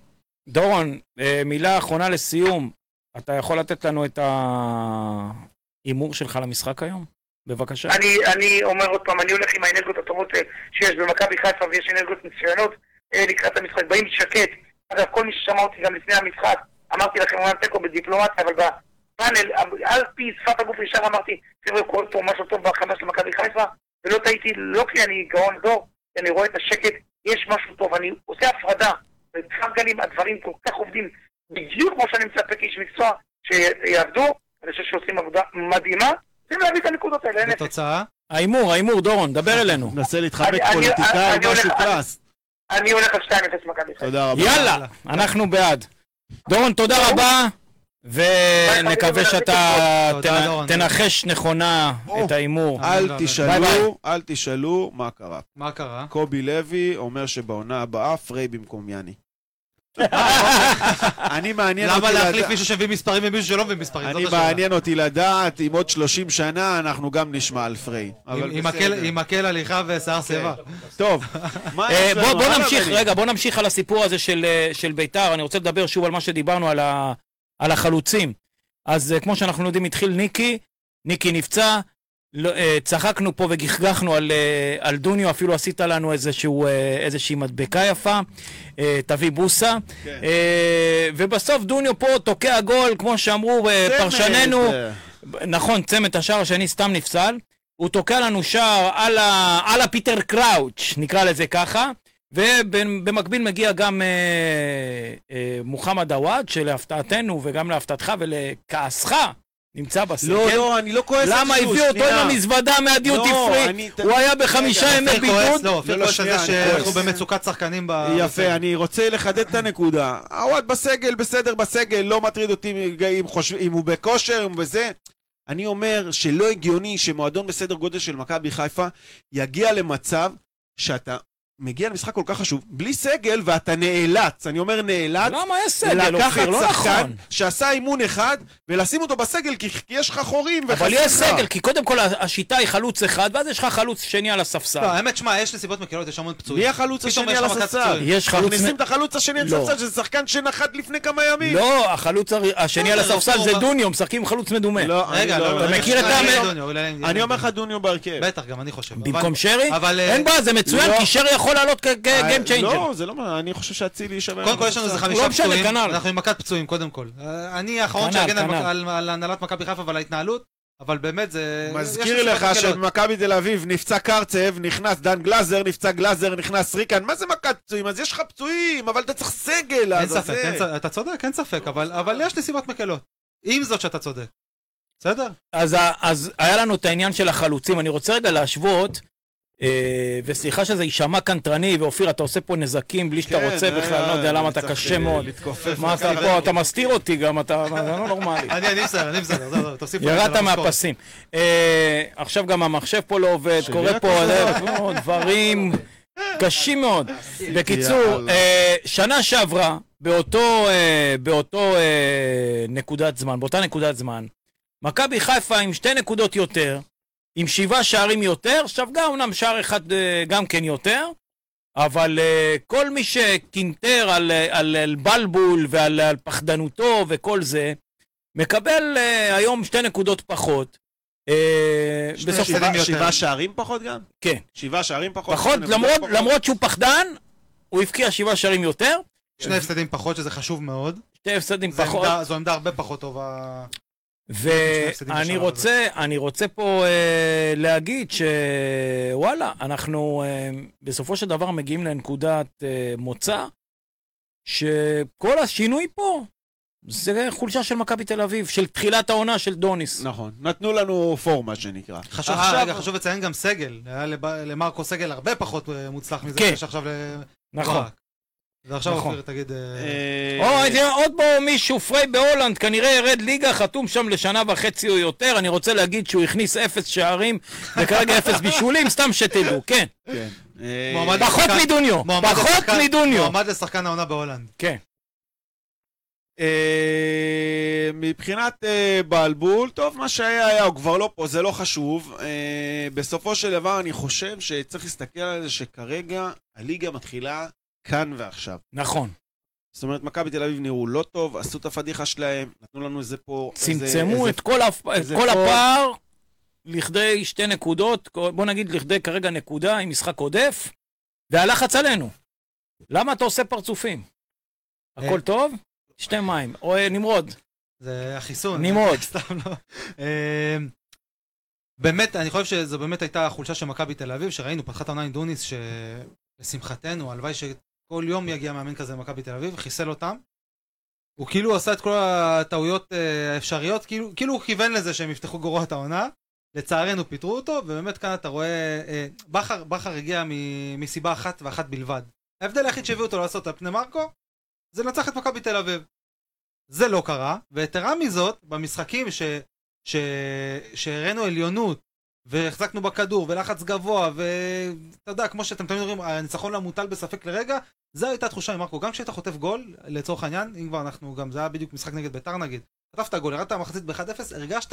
Speaker 2: דורון, אה, מילה אחרונה לסיום. אתה יכול לתת לנו את ההימור שלך למשחק היום? בבקשה.
Speaker 5: אני, אני אומר עוד פעם, אני הולך עם האנרגיות הטובות אה, שיש במכבי חיפה ויש אנרגיות מצוינות אה, לקראת המשחק. באים שקט. אגב, כל מי ששמע אותי גם לפני המשחק, אמרתי לכם, אומנם תיקו בדיפלומטיה, אבל בפאנל, על פי שפת הגוף ישר אמרתי, חבר'ה, קורה פה משהו טוב בהכנה של מכבי חיפה, ולא טעיתי, לא כי אני גאון דור, כי אני רואה את השקט, יש משהו טוב. אני עושה הפרדה, בקרב גלים הדברים כל כך עובדים בדיוק כמו שאני מצפה כאיש מקצוע, שיעבדו, אני חושב שעושים עבודה מדהימה, צריכים להביא את הנקודות האלה, אין
Speaker 4: ותוצאה?
Speaker 2: ההימור, ההימור, דורון, דבר אלינו.
Speaker 3: מנסה להתחמק
Speaker 5: אני- אני-
Speaker 3: פוליטיקאי,
Speaker 5: אני
Speaker 3: משהו
Speaker 5: הולך-
Speaker 3: קלאס.
Speaker 5: אני הולך על 2-0 מכבי חיפה.
Speaker 3: תודה רבה.
Speaker 2: יאללה, אנחנו בעד. דורון, תודה רבה, ונקווה שאתה
Speaker 4: תודה,
Speaker 2: תנ-
Speaker 4: דורון.
Speaker 2: תנחש נכונה
Speaker 3: או.
Speaker 2: את ההימור.
Speaker 3: אל
Speaker 2: ביי ביי.
Speaker 3: תשאלו, אל תשאלו מה קרה.
Speaker 4: מה קרה?
Speaker 3: קובי לוי אומר שבעונה הבאה פריי במקום יאני. אני מעניין אותי
Speaker 4: למה להחליף לא
Speaker 3: לדעת...
Speaker 4: מישהו שהביא מספרים ומישהו שלא מביא מספרים?
Speaker 3: אני
Speaker 4: זאת השאלה.
Speaker 3: מעניין אותי לדעת אם עוד 30 שנה אנחנו גם נשמע על פריי. אבל
Speaker 4: עם- עם
Speaker 3: בסדר. כן. לא,
Speaker 4: מקל- עם מקל הליכה ושיער שיבה.
Speaker 3: טוב, מה
Speaker 2: אה,
Speaker 3: יש לנו?
Speaker 2: בוא, בוא
Speaker 3: הלאה,
Speaker 2: נמשיך,
Speaker 3: בני.
Speaker 2: רגע, בוא נמשיך על הסיפור הזה של, אה, של ביתר. אני רוצה לדבר שוב על מה שדיברנו, על, ה, על החלוצים. אז אה, כמו שאנחנו יודעים, התחיל ניקי, ניקי נפצע, לא, אה, צחקנו פה וגיחגחנו על, אה, על דוניו, אפילו עשית לנו איזשהו, אה, איזושהי מדבקה יפה, אה, תביא בוסה. כן. אה, ובסוף דוניו פה תוקע גול, כמו שאמרו אה, פרשננו,
Speaker 3: אה,
Speaker 2: נכון, צמד השער השני סתם נפסל. הוא תוקע לנו שער על, ה, על הפיטר קראוץ', נקרא לזה ככה. ובמקביל מגיע גם אה, אה, מוחמד עוואד, שלהפתעתנו וגם להפתעתך ולכעסך נמצא בסקל.
Speaker 3: לא, לא, אני לא כועס.
Speaker 2: למה
Speaker 3: אפילו,
Speaker 2: הביאו אותו עם
Speaker 3: שנייה.
Speaker 2: המזוודה מהדיוטי
Speaker 3: לא,
Speaker 2: פרי?
Speaker 3: אני-
Speaker 2: הוא היה בחמישה ימי
Speaker 4: אופיר כועס,
Speaker 2: בידוד.
Speaker 4: לא, אופיר
Speaker 3: לא,
Speaker 4: כועס על
Speaker 3: שנייה,
Speaker 4: זה
Speaker 3: אני
Speaker 4: שאנחנו
Speaker 3: כועס.
Speaker 4: במצוקת שחקנים ב...
Speaker 3: יפה, אני רוצה לחדד את הנקודה. הוואט בסגל, בסדר בסגל, לא מטריד אותי אם, חושב, אם הוא בכושר, אם הוא בזה. אני אומר שלא הגיוני שמועדון בסדר גודל של מכבי חיפה יגיע למצב שאתה מגיע למשחק כל כך חשוב, בלי סגל ואתה נאלץ, אני אומר נאלץ,
Speaker 2: למה יש לא סגל, אופיר? לא נכון.
Speaker 3: שעשה אימון אחד ולשים אותו בסגל כי כי יש לך חורים וחסר
Speaker 2: אבל יש
Speaker 3: לך.
Speaker 2: סגל, כי קודם כל השיטה היא חלוץ אחד, ואז יש לך חלוץ שני על הספסל.
Speaker 4: לא, האמת, שמע, יש נסיבות מקלות, יש המון פצועים.
Speaker 3: מי החלוץ
Speaker 4: פתאום
Speaker 3: השני
Speaker 4: יש
Speaker 3: על
Speaker 4: לך מכת
Speaker 3: הספסל?
Speaker 4: פצועים.
Speaker 2: יש חלוץ...
Speaker 3: מכניסים את החלוץ השני על
Speaker 2: לא.
Speaker 3: הספסל, שזה שחקן שנחת לפני כמה ימים.
Speaker 2: לא, החלוץ הר- השני
Speaker 4: לא,
Speaker 2: על
Speaker 4: זה
Speaker 2: הספסל
Speaker 4: לא
Speaker 2: זה
Speaker 4: פורמה.
Speaker 2: דוניו, משחקים עם חלוץ מדומה.
Speaker 3: לא,
Speaker 4: רגע,
Speaker 3: אני
Speaker 4: לא,
Speaker 3: לא-
Speaker 4: לא,
Speaker 2: מכיר את
Speaker 4: אולי
Speaker 2: ה-
Speaker 4: אולי דוניו, אולי
Speaker 3: אני אומר לך דוניו בהרכב.
Speaker 4: בטח, גם אני חושב.
Speaker 2: במקום
Speaker 4: אבל-
Speaker 2: שרי?
Speaker 4: אבל, אה,
Speaker 2: אין בעיה, זה מצוין,
Speaker 3: לא.
Speaker 2: כי שרי יכול לעלות כגיים צ'יינג'ר.
Speaker 3: לא, זה לא מה, אני חושב שאצילי יישמר.
Speaker 4: קודם כל יש לנו איזה
Speaker 2: לא
Speaker 4: חמישה
Speaker 2: משנה,
Speaker 4: פצועים,
Speaker 2: כנ"ל.
Speaker 4: אנחנו עם מכת פצועים קודם כל. אה, אני האחרון
Speaker 2: כנ"ל,
Speaker 4: שאגן על-
Speaker 2: כנ"ל.
Speaker 4: על- על הנהלת מכבי חיפה ועל ההתנהלות, אבל באמת זה... יש
Speaker 3: מזכיר
Speaker 4: נסיבות
Speaker 3: לך
Speaker 4: מקלות.
Speaker 3: שבמכבי תל אביב נפצע קרצב, נכנס דן גלאזר, נפצע גלאזר, נכנס ריקן, מה זה מכת פצועים? אז יש לך פצועים, אבל אתה צריך סגל,
Speaker 4: אין
Speaker 3: אז
Speaker 4: ספק,
Speaker 3: זה-
Speaker 4: אין ספק, אתה צודק, אין ספק, אבל אבל יש נסיבות מקלות. עם זאת שאתה צודק. בסדר?
Speaker 2: אז, ה- אז היה לנו את העניין של החלוצים. אני רוצה רגע להשוות, אה, וסליחה שזה יישמע קנטרני, ואופיר, אתה עושה פה נזקים בלי שאתה
Speaker 3: כן,
Speaker 2: רוצה
Speaker 3: אה,
Speaker 2: בכלל, לא יודע למה אתה
Speaker 3: צריך,
Speaker 2: קשה
Speaker 3: אה,
Speaker 2: מאוד.
Speaker 3: להתכופף
Speaker 2: מה אתה
Speaker 3: וככה.
Speaker 2: פה, אתה מסתיר אותי גם, אתה אתה לא נורמלי.
Speaker 4: אני אני בסדר, אני בסדר, זהו, זהו, תוסיף. לי את זה
Speaker 2: ירדת
Speaker 4: למשכורת.
Speaker 2: מהפסים. אה, עכשיו גם המחשב פה לא עובד, קורה פה אה, דברים קשים מאוד. בקיצור,
Speaker 3: יאללה.
Speaker 2: אה, שנה שעברה, באותו, אה, באותו אה, נקודת זמן, באותה נקודת זמן, מכבי חיפה עם שתי נקודות יותר, עם שבעה שערים יותר, עכשיו גם אמנם שער אחד אה, גם כן יותר, אבל אה, כל מי שקינטר על, אה, על, על בלבול ועל על פחדנותו וכל זה, מקבל אה, היום שתי נקודות פחות. אה,
Speaker 4: שני
Speaker 2: בסוף
Speaker 4: הפסדים
Speaker 3: שבעה-
Speaker 4: יותר.
Speaker 3: שבעה שערים פחות גם?
Speaker 2: כן.
Speaker 3: שבעה שערים פחות?
Speaker 2: פחות,
Speaker 3: נקודות
Speaker 2: למרות,
Speaker 3: פחות?
Speaker 2: למרות שהוא פחדן, הוא הבקיע שבעה שערים יותר,
Speaker 4: שני הפסדים פחות, שזה חשוב מאוד.
Speaker 2: שתי הפסדים
Speaker 4: זו
Speaker 2: פחות. אה,
Speaker 4: עמדה- זו עמדה הרבה פחות טובה. הפסדים
Speaker 2: ואני
Speaker 4: בשלב
Speaker 2: רוצה, אני רוצה פה אה, להגיד שוואלה, אנחנו אה, בסופו של דבר מגיעים לנקודת אה, מוצא, שכל השינוי פה זה חולשה של מכבי תל אביב, של תחילת העונה של דוניס.
Speaker 3: נכון, נתנו לנו פור, מה שנקרא.
Speaker 4: חשוב,
Speaker 3: עכשיו-
Speaker 4: אה, רגע, חשוב לציין גם סגל. היה לב- למרקו סגל הרבה פחות אה, מוצלח מזה
Speaker 2: כן.
Speaker 4: שיש עכשיו
Speaker 2: נכון.
Speaker 4: לברק. ועכשיו
Speaker 2: נכון.
Speaker 4: אופיר תגיד... אה,
Speaker 3: אה,
Speaker 2: או, הנה, עוד פה מישהו, פריי בהולנד, כנראה ירד ליגה, חתום שם לשנה וחצי או יותר. אני רוצה להגיד שהוא הכניס אפס שערים, וכרגע אפס בישולים, סתם שתדעו, כן.
Speaker 3: כן. אה,
Speaker 4: מועמד
Speaker 2: פחות
Speaker 4: לשחקן-
Speaker 2: מדוניו,
Speaker 4: מועמד
Speaker 2: פחות
Speaker 4: לשחקן-
Speaker 2: מדוניו.
Speaker 4: מועמד לשחקן העונה בהולנד.
Speaker 2: כן.
Speaker 3: אה, מבחינת אה, בלבול, טוב, מה שהיה היה, הוא כבר לא פה, זה לא חשוב. אה, בסופו של דבר, אני חושב שצריך להסתכל על זה שכרגע הליגה מתחילה כאן ועכשיו.
Speaker 2: נכון.
Speaker 3: זאת אומרת, מכבי תל אביב נראו לא טוב, עשו את הפדיחה שלהם, נתנו לנו איזה פה... איזה-
Speaker 2: צמצמו
Speaker 3: איזה-
Speaker 2: את כל הפ- את
Speaker 3: איזה
Speaker 2: כל
Speaker 3: פור.
Speaker 2: הפער לכדי שתי נקודות, בוא נגיד לכדי כרגע נקודה עם משחק עודף, והלחץ עלינו. למה אתה עושה פרצופים? הכל
Speaker 4: אה.
Speaker 2: טוב? שתי מים. או אה, נמרוד.
Speaker 4: זה החיסון.
Speaker 2: נמרוד.
Speaker 4: סתם לא. אה, באמת, אני חושב שזו באמת הייתה החולשה של מכבי תל אביב, שראינו, פתחה את העונה עם דוניס, שלשמחתנו, הלוואי שכל יום יגיע מאמן כזה למכבי תל אביב, חיסל אותם. הוא כאילו עשה את כל הטעויות אה, האפשריות, כאילו, כאילו הוא כיוון לזה שהם יפתחו גרועת העונה. לצערנו פיטרו אותו, ובאמת כאן אתה רואה... אה, בכר, בכר הגיע מ, מסיבה אחת ואחת בלבד. ההבדל היחיד שהביאו אותו לעשות על פני מרקו, זה לנצח את מכבי תל אביב. זה לא קרה, ויתרה מזאת, במשחקים ש... ש... שהראינו עליונות, והחזקנו בכדור, ולחץ גבוה, ואתה יודע, כמו שאתם תמיד אומרים, הניצחון לא מוטל בספק לרגע, זו הייתה התחושה עם מרקו. גם כשהיית חוטף גול, לצורך העניין, אם כבר אנחנו, גם זה היה בדיוק משחק נגד ביתר נגיד, חטפת גול, ירדת במחצית ב-1-0, הרגשת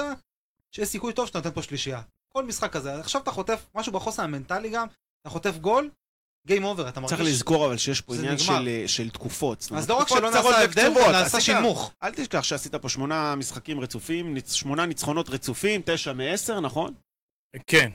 Speaker 4: שיש סיכוי טוב שאתה נותן פה שלישייה. כל משחק כזה, עכשיו אתה חוטף משהו בחוסן המנטלי גם, אתה חוטף גול, גיים אובר, אתה מרגיש...
Speaker 3: צריך לזכור אבל שיש פה
Speaker 4: זה
Speaker 3: עניין
Speaker 4: נגמר.
Speaker 3: של, אה, של תקופות. זאת אומרת,
Speaker 4: אז לא רק
Speaker 3: תקופות
Speaker 4: שלא
Speaker 3: קצרות
Speaker 4: נעשה הבדל,
Speaker 3: וקצובות.
Speaker 4: גם נעשה
Speaker 3: עשית-
Speaker 4: שנמוך.
Speaker 3: אל תשכח שעשית פה שמונה משחקים רצופים, ניצ- שמונה ניצחונות רצופים, תשע מעשר, נכון?
Speaker 2: כן.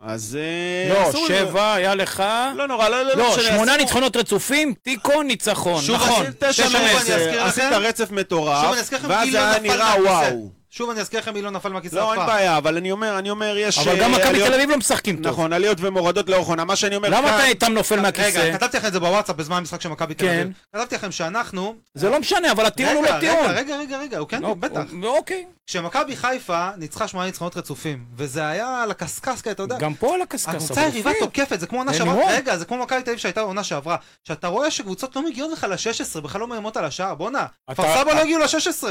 Speaker 3: אז... אה,
Speaker 2: לא,
Speaker 3: אסור לנו-
Speaker 2: שבע היה לך...
Speaker 3: לא נורא, לא, לא,
Speaker 2: לא,
Speaker 3: משנה,
Speaker 2: שמונה
Speaker 3: אסור-
Speaker 2: ניצחונות רצופים, תיקו ניצחון.
Speaker 4: שוב,
Speaker 2: נכון.
Speaker 4: אז
Speaker 3: תשע
Speaker 4: שוב אני
Speaker 3: מעשר,
Speaker 4: אזכיר
Speaker 3: עשית
Speaker 4: לכם-
Speaker 3: רצף
Speaker 4: שוב
Speaker 3: מטורף,
Speaker 4: אני אזכיר לכם,
Speaker 3: ואז
Speaker 4: מי
Speaker 3: זה
Speaker 4: לא
Speaker 3: היה
Speaker 4: נפל
Speaker 3: נראה
Speaker 4: מהכיסא.
Speaker 3: וואו.
Speaker 4: שוב אני אזכיר לכם מי לא נפל מהכיסא
Speaker 3: לא,
Speaker 4: אף
Speaker 3: אין
Speaker 4: פעם.
Speaker 3: בעיה, אבל אני אומר, אני אומר, יש...
Speaker 2: אבל גם
Speaker 3: אה,
Speaker 2: מכבי
Speaker 3: עליות-
Speaker 2: תל אביב לא משחקים טוב.
Speaker 3: נכון, עליות ומורדות לאורך עונה. מה שאני אומר אה,
Speaker 2: למה
Speaker 3: כאן-
Speaker 2: אתה איתם נופל מהכיסא?
Speaker 4: רגע, כתבתי לכם את זה בוואטסאפ בזמן המשחק של מכבי תל
Speaker 2: כן.
Speaker 4: אביב. כתבתי לכם שאנחנו...
Speaker 2: זה לא משנה, אבל הטיעון הוא
Speaker 4: רגע,
Speaker 2: לא טיעון.
Speaker 4: רגע, רגע, רגע, רגע, הוא כן,
Speaker 2: לא,
Speaker 4: בטח.
Speaker 2: אוקיי.
Speaker 4: כשמכבי חיפה ניצחה שמונה ניצחונות רצופים, וזה היה על הקשקשקה, אתה יודע.
Speaker 2: גם פה על הקשקש.
Speaker 4: הקבוצה
Speaker 2: אבל
Speaker 4: היריבה
Speaker 2: אופיר.
Speaker 4: תוקפת, זה כמו עונה
Speaker 2: אין
Speaker 4: שעברה,
Speaker 2: רוב.
Speaker 4: רגע, זה כמו מכבי תל אביב שהייתה עונה שעברה. שאתה רואה שקבוצות לא מגיעות לך ל-16, בכלל לא מאיימות על השער, בואנה,
Speaker 2: אתה-
Speaker 4: כפר סבא לא הגיעו ל-16.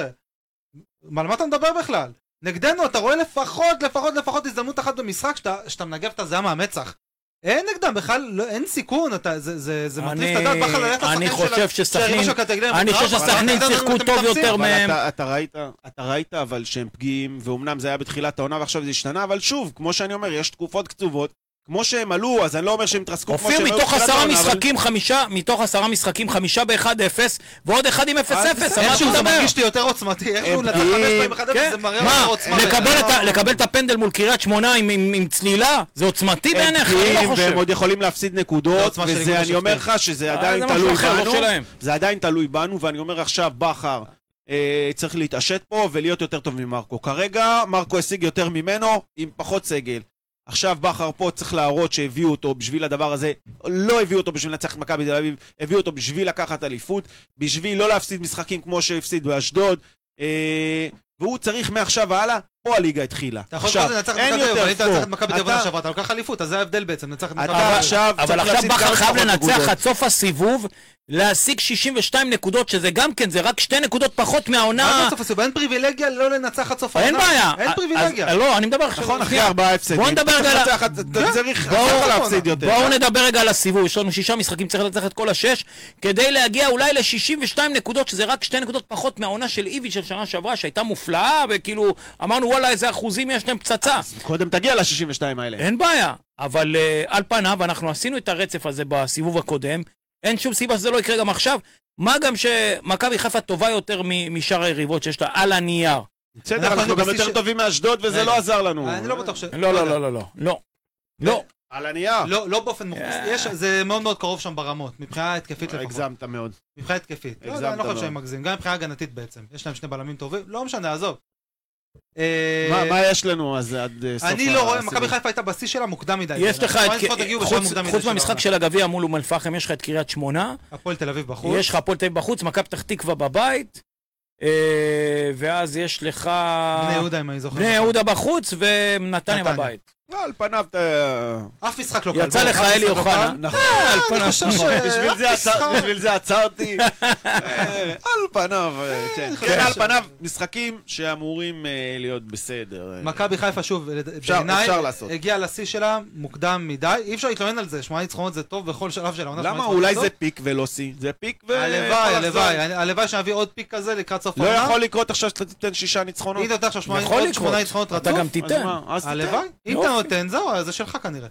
Speaker 4: על מה אתה מדבר בכלל? נגדנו, אתה רואה לפחות, לפחות, לפחות הזדמנות אחת במשחק שאתה- שאתה מנגב את הזעה מהמצח. אין נגדם בכלל, לא- אין סיכון, אתה- זה- זה זה מטריף את
Speaker 2: אני-
Speaker 4: הדעת, בכלל ללכת לשחקן
Speaker 2: אני
Speaker 4: של-
Speaker 2: חושב
Speaker 4: של
Speaker 2: שסכנין-
Speaker 4: היריבה של הקטגוריה,
Speaker 2: אני
Speaker 4: אבל
Speaker 2: חושב
Speaker 4: אתה-
Speaker 2: שסכנין
Speaker 4: אתה- אתה-
Speaker 2: שיחקו
Speaker 4: אתם
Speaker 2: טוב
Speaker 4: מטפסים.
Speaker 2: יותר.
Speaker 3: אבל
Speaker 2: מהם.
Speaker 3: אתה, אתה ראית, אתה ראית אבל שהם פגיעים, ואומנם זה היה בתחילת העונה ועכשיו זה השתנה, אבל שוב, כמו שאני אומר, יש תקופות קצובות. כמו שהם עלו, אז אני לא אומר שהם התרסקו כמו שהם
Speaker 2: אופיר,
Speaker 3: היו
Speaker 2: מתוך
Speaker 3: בתחילת
Speaker 2: עשרה
Speaker 3: העונה, אבל-
Speaker 2: משחקים חמישה, מתוך עשרה משחקים חמישה ב-1-0, ועוד אחד עם 0-0, על
Speaker 3: אה,
Speaker 2: מה אתה
Speaker 4: איכשהו זה
Speaker 2: מדבר?
Speaker 4: מרגיש לי יותר עוצמתי, איכשהו
Speaker 3: הם
Speaker 4: לנצח
Speaker 3: פגיעים.
Speaker 4: חמש פעמים אחד אפס,
Speaker 2: כן,
Speaker 4: זה מראה
Speaker 2: מה,
Speaker 4: יותר עוצמה.
Speaker 2: לקבל את ה-
Speaker 4: לא-
Speaker 2: לקבל את הפנדל מול קריית שמונה עם- עם עם צלילה? זה עוצמתי
Speaker 3: הם
Speaker 2: בעיניך? אני לא
Speaker 3: פגיעים,
Speaker 2: חושב.
Speaker 3: והם עוד יכולים להפסיד
Speaker 4: זה
Speaker 3: נקודות,
Speaker 4: עוצמה של איגוד
Speaker 3: וזה, אני אומר
Speaker 4: השופטים.
Speaker 3: לך שזה
Speaker 2: אה,
Speaker 3: עדיין
Speaker 2: זה משהו
Speaker 3: תלוי
Speaker 2: אחר, לא
Speaker 3: בנו,
Speaker 2: שלהם.
Speaker 3: זה עדיין תלוי בנו, ואני אומר עכשיו, בכר. אה, צריך להתעשת פה ולהיות יותר טוב ממרקו. כרגע מרקו השיג יותר ממנו עם פחות סגל. עכשיו בכר פה צריך להראות שהביאו אותו בשביל הדבר הזה. לא הביאו אותו בשביל לנצח את מכבי תל אביב, הביאו אותו בשביל לקחת אליפות, בשביל לא להפסיד משחקים כמו שהפסיד באשדוד. אה, והוא צריך מעכשיו והלאה, פה הליגה התחילה.
Speaker 4: אתה יכול לקרוא לזה לנצח את מכבי תל אביב, אבל אם אתה
Speaker 3: פה.
Speaker 4: לנצח את מכבי תל אביב
Speaker 3: אתה-
Speaker 4: עונה שעברה, אתה לוקח אליפות, אז זה ההבדל בעצם, לנצח את מכבי תל
Speaker 3: אתה
Speaker 4: אביב.
Speaker 3: עכשיו
Speaker 2: אבל
Speaker 3: צריך
Speaker 2: עכשיו
Speaker 3: להפסיד
Speaker 2: בכר
Speaker 3: כמה
Speaker 2: חייב
Speaker 3: פחות
Speaker 2: לנצח
Speaker 3: נקודות.
Speaker 2: עד סוף הסיבוב, להשיג 62 נקודות, שזה גם כן, זה רק שתי נקודות פחות
Speaker 4: מה זה
Speaker 2: מהעונה.
Speaker 4: עד סוף הסיבוב? אין פריבילגיה לא לנצח עד סוף
Speaker 2: אין
Speaker 4: העונה.
Speaker 2: בעיה.
Speaker 4: אין
Speaker 2: אז-
Speaker 4: פריבילגיה.
Speaker 2: אז- לא, אני מדבר עכשיו.
Speaker 3: נכון, אחרי
Speaker 2: שנייה.
Speaker 3: ארבעה הפסדים.
Speaker 2: בוא נדבר רגע על ה-
Speaker 3: אתה צריך לנצח, אתה צריך
Speaker 2: בואו-
Speaker 3: אתה צריך להפסיד יותר.
Speaker 2: בואו נדבר רגע על הסיבוב, יש לנו שישה משחקים, צריך לנצח את כל השש, כדי להגיע אולי ל-62 נקודות, שזה רק שתי נקודות פחות מהעונה של איביץ' של שנה שעברה, שהייתה מופלאה, וכאילו, אמרנו וואלה, איזה אחוזים יש להם פצצה.
Speaker 3: קודם תגיע ל-62 האלה.
Speaker 2: אין בעיה, אבל uh, על פניו אנחנו עשינו את הרצף הזה בסיבוב הקודם, אין שום סיבה שזה לא יקרה גם עכשיו, מה גם שמכבי חיפה טובה יותר מ- משאר היריבות שיש לה על הנייר.
Speaker 3: בסדר,
Speaker 4: אנחנו
Speaker 3: אנחנו גם
Speaker 4: בשיא
Speaker 3: יותר
Speaker 4: ש-
Speaker 3: טובים מאשדוד, וזה
Speaker 4: רגע.
Speaker 3: לא עזר לנו.
Speaker 4: אני לא בטוח ש...
Speaker 2: לא, לא,
Speaker 4: יודע.
Speaker 2: לא, לא, לא, לא. לא,
Speaker 3: על הנייר.
Speaker 4: לא, לא באופן מוחלט.
Speaker 2: אה.
Speaker 4: יש- זה מאוד מאוד קרוב שם ברמות, מבחינה התקפית לפחות.
Speaker 3: הגזמת מאוד.
Speaker 4: מבחינה התקפית. לא, לא,
Speaker 3: הגזמת
Speaker 4: אני לא חושב
Speaker 3: מאוד.
Speaker 4: שהם מגזים. גם מבחינה הגנתית בעצם. יש להם שני בלמים טובים, לא משנה, עזוב. אה,
Speaker 3: מה- מה יש לנו אז עד אה, סוף
Speaker 4: אני לא רואה,
Speaker 3: הסיבוב?
Speaker 4: מכבי חיפה הייתה בשיא שלה מוקדם מדי.
Speaker 2: יש לך את...
Speaker 4: את...
Speaker 2: חוץ- חוץ מהמשחק של הגביע מול אום אל-פחם, יש לך את קריית שמונה,
Speaker 4: הפועל תל אביב בחוץ.
Speaker 2: יש לך הפועל תל אביב בחוץ, מכבי פתח תקווה בבית, אה, ואז יש לך...
Speaker 4: בני יהודה, אם אני זוכר.
Speaker 2: בני
Speaker 4: נכון.
Speaker 2: יהודה בחוץ ונתניה
Speaker 4: נתניה.
Speaker 2: בבית.
Speaker 3: לא, על פניו אתה...
Speaker 4: אף משחק לא קל.
Speaker 2: יצא
Speaker 4: בוא,
Speaker 2: לך
Speaker 4: אף
Speaker 2: אלי
Speaker 4: משחק לא קל.
Speaker 2: אוחנה.
Speaker 3: נכון.
Speaker 2: על פניו.
Speaker 4: אני חושב ש-
Speaker 3: אה, בשביל זה
Speaker 4: אף
Speaker 3: עצר-
Speaker 4: משחק-
Speaker 3: בשביל זה עצרתי. אה, על פניו, אה, כן.
Speaker 4: אני חושב
Speaker 3: כן, על
Speaker 4: ש-
Speaker 3: פניו, משחקים שאמורים אה, להיות בסדר. אה,
Speaker 4: מכבי חיפה שוב, לד-
Speaker 3: אפשר-
Speaker 4: בעיניי,
Speaker 3: אפשר לעשות.
Speaker 4: הגיעה לשיא שלה מוקדם מדי, אי אפשר להתלונן על זה, שמונה ניצחונות זה טוב בכל שלב של העונה. שמונה
Speaker 3: למה?
Speaker 4: ניצחונות
Speaker 3: אולי
Speaker 4: טוב.
Speaker 3: זה פיק ולא שיא. זה פיק ו...
Speaker 4: הלוואי, הלוואי, אני- הלוואי שנביא עוד פיק כזה לקראת סוף
Speaker 3: לא
Speaker 4: העונה.
Speaker 3: יכול לקרות עכשיו שאתה תיתן שישה ניצחונות.
Speaker 4: אם אתה נותן עכשיו שמונה
Speaker 2: יכול
Speaker 4: ניצחונות,
Speaker 2: לקרות.
Speaker 4: שמונה ניצחונות
Speaker 2: אתה
Speaker 4: רצוף,
Speaker 2: גם תיתן.
Speaker 3: אז
Speaker 4: הלוואי, אם
Speaker 2: יופי.
Speaker 4: אתה נותן, זהו, אז זה שלך כנראה.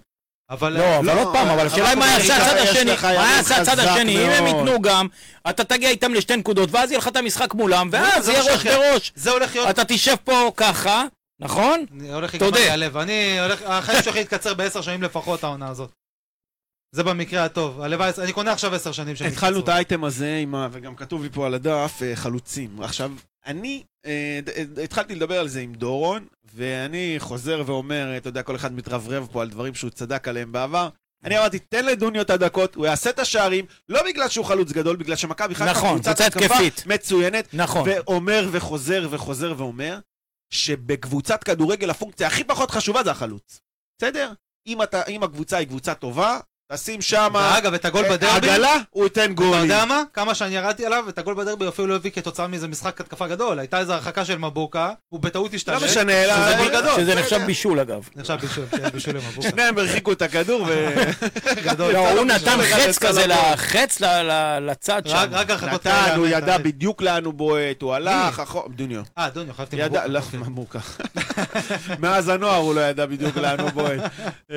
Speaker 4: אבל... אה,
Speaker 2: לא, אבל
Speaker 3: לא,
Speaker 2: עוד פעם, אבל השאלה היא מה
Speaker 4: אבל
Speaker 2: יעשה הצד
Speaker 3: יש
Speaker 2: השני,
Speaker 3: לך
Speaker 2: מה
Speaker 3: יריב
Speaker 2: יעשה הצד
Speaker 3: חזק
Speaker 2: השני, אם הם
Speaker 3: מאוד.
Speaker 2: ייתנו גם, אתה תגיע איתם לשתי נקודות, ואז יהיה לך את המשחק מולם, ואז
Speaker 4: לא, זה
Speaker 2: יהיה
Speaker 4: משהו
Speaker 2: ראש
Speaker 4: אחר.
Speaker 2: בראש.
Speaker 4: זה הולך להיות...
Speaker 2: אתה תשב פה ככה, נכון?
Speaker 4: אני הולך
Speaker 2: תודה.
Speaker 4: להיגמר לי הלב. אני הולך... החיים שלי יתקצר בעשר שנים לפחות העונה הזאת. זה במקרה הטוב. הלוואי, אני קונה עכשיו עשר שנים שהם
Speaker 3: התחלנו את
Speaker 4: יתקצרו.
Speaker 3: האייטם הזה, עם ה- וגם כתוב לי פה על הדף, אה, חלוצים. עכשיו, אני אה, ד- אה, התחלתי לדבר על זה עם דורון, ואני חוזר ואומר, אה, אתה יודע, כל אחד מתרברב פה על דברים שהוא צדק עליהם בעבר. אני אמרתי, תן לדוניו את הדקות, הוא יעשה את השערים, לא בגלל שהוא חלוץ גדול, בגלל שמכבי חיפה
Speaker 2: נכון,
Speaker 3: קבוצת
Speaker 2: קבוצה
Speaker 3: התקפה
Speaker 2: התקפית.
Speaker 3: מצוינת,
Speaker 2: נכון.
Speaker 3: ואומר וחוזר וחוזר ואומר, שבקבוצת כדורגל הפונקציה הכי פחות חשובה זה החלוץ. בסדר? אם, אתה, אם הקבוצה היא קבוצה טובה, תשים שם...
Speaker 4: ואגב, את
Speaker 3: אה,
Speaker 4: הגול בדרבי...
Speaker 3: עגלה, הוא ייתן
Speaker 4: אתה
Speaker 3: גולים.
Speaker 4: יודע מה? כמה שאני ירדתי עליו, את הגול בדרבי אפילו לא הביא כתוצאה מאיזה משחק התקפה גדול. הייתה איזו הרחקה של מבוקה, הוא בטעות השתלט.
Speaker 3: לא משנה, אלא...
Speaker 4: שזה גול גדול.
Speaker 2: שזה נחשב בישול אגב.
Speaker 4: נחשב בישול, כן, בישול למבוקה.
Speaker 3: שניהם הרחיקו את הכדור ו...
Speaker 4: גדול.
Speaker 2: לא, הוא נתן
Speaker 3: משנה.
Speaker 2: חץ
Speaker 3: יצא
Speaker 2: כזה,
Speaker 3: לדרך.
Speaker 2: לחץ ל- ל- לצד שם.
Speaker 4: רק רק הרחקות
Speaker 3: נתן, הוא
Speaker 4: האלה,
Speaker 3: ידע
Speaker 4: האמת.
Speaker 3: בדיוק לאן הוא בועט, הוא הלך, אחורה... דוניו.
Speaker 4: אה, דוניו, חייבתי
Speaker 3: ידע, לא,
Speaker 2: אוקיי.
Speaker 4: מבוקה.
Speaker 3: מבוקה. מאז הנוער הוא לא ידע בדיוק לאן הוא בועט. אה,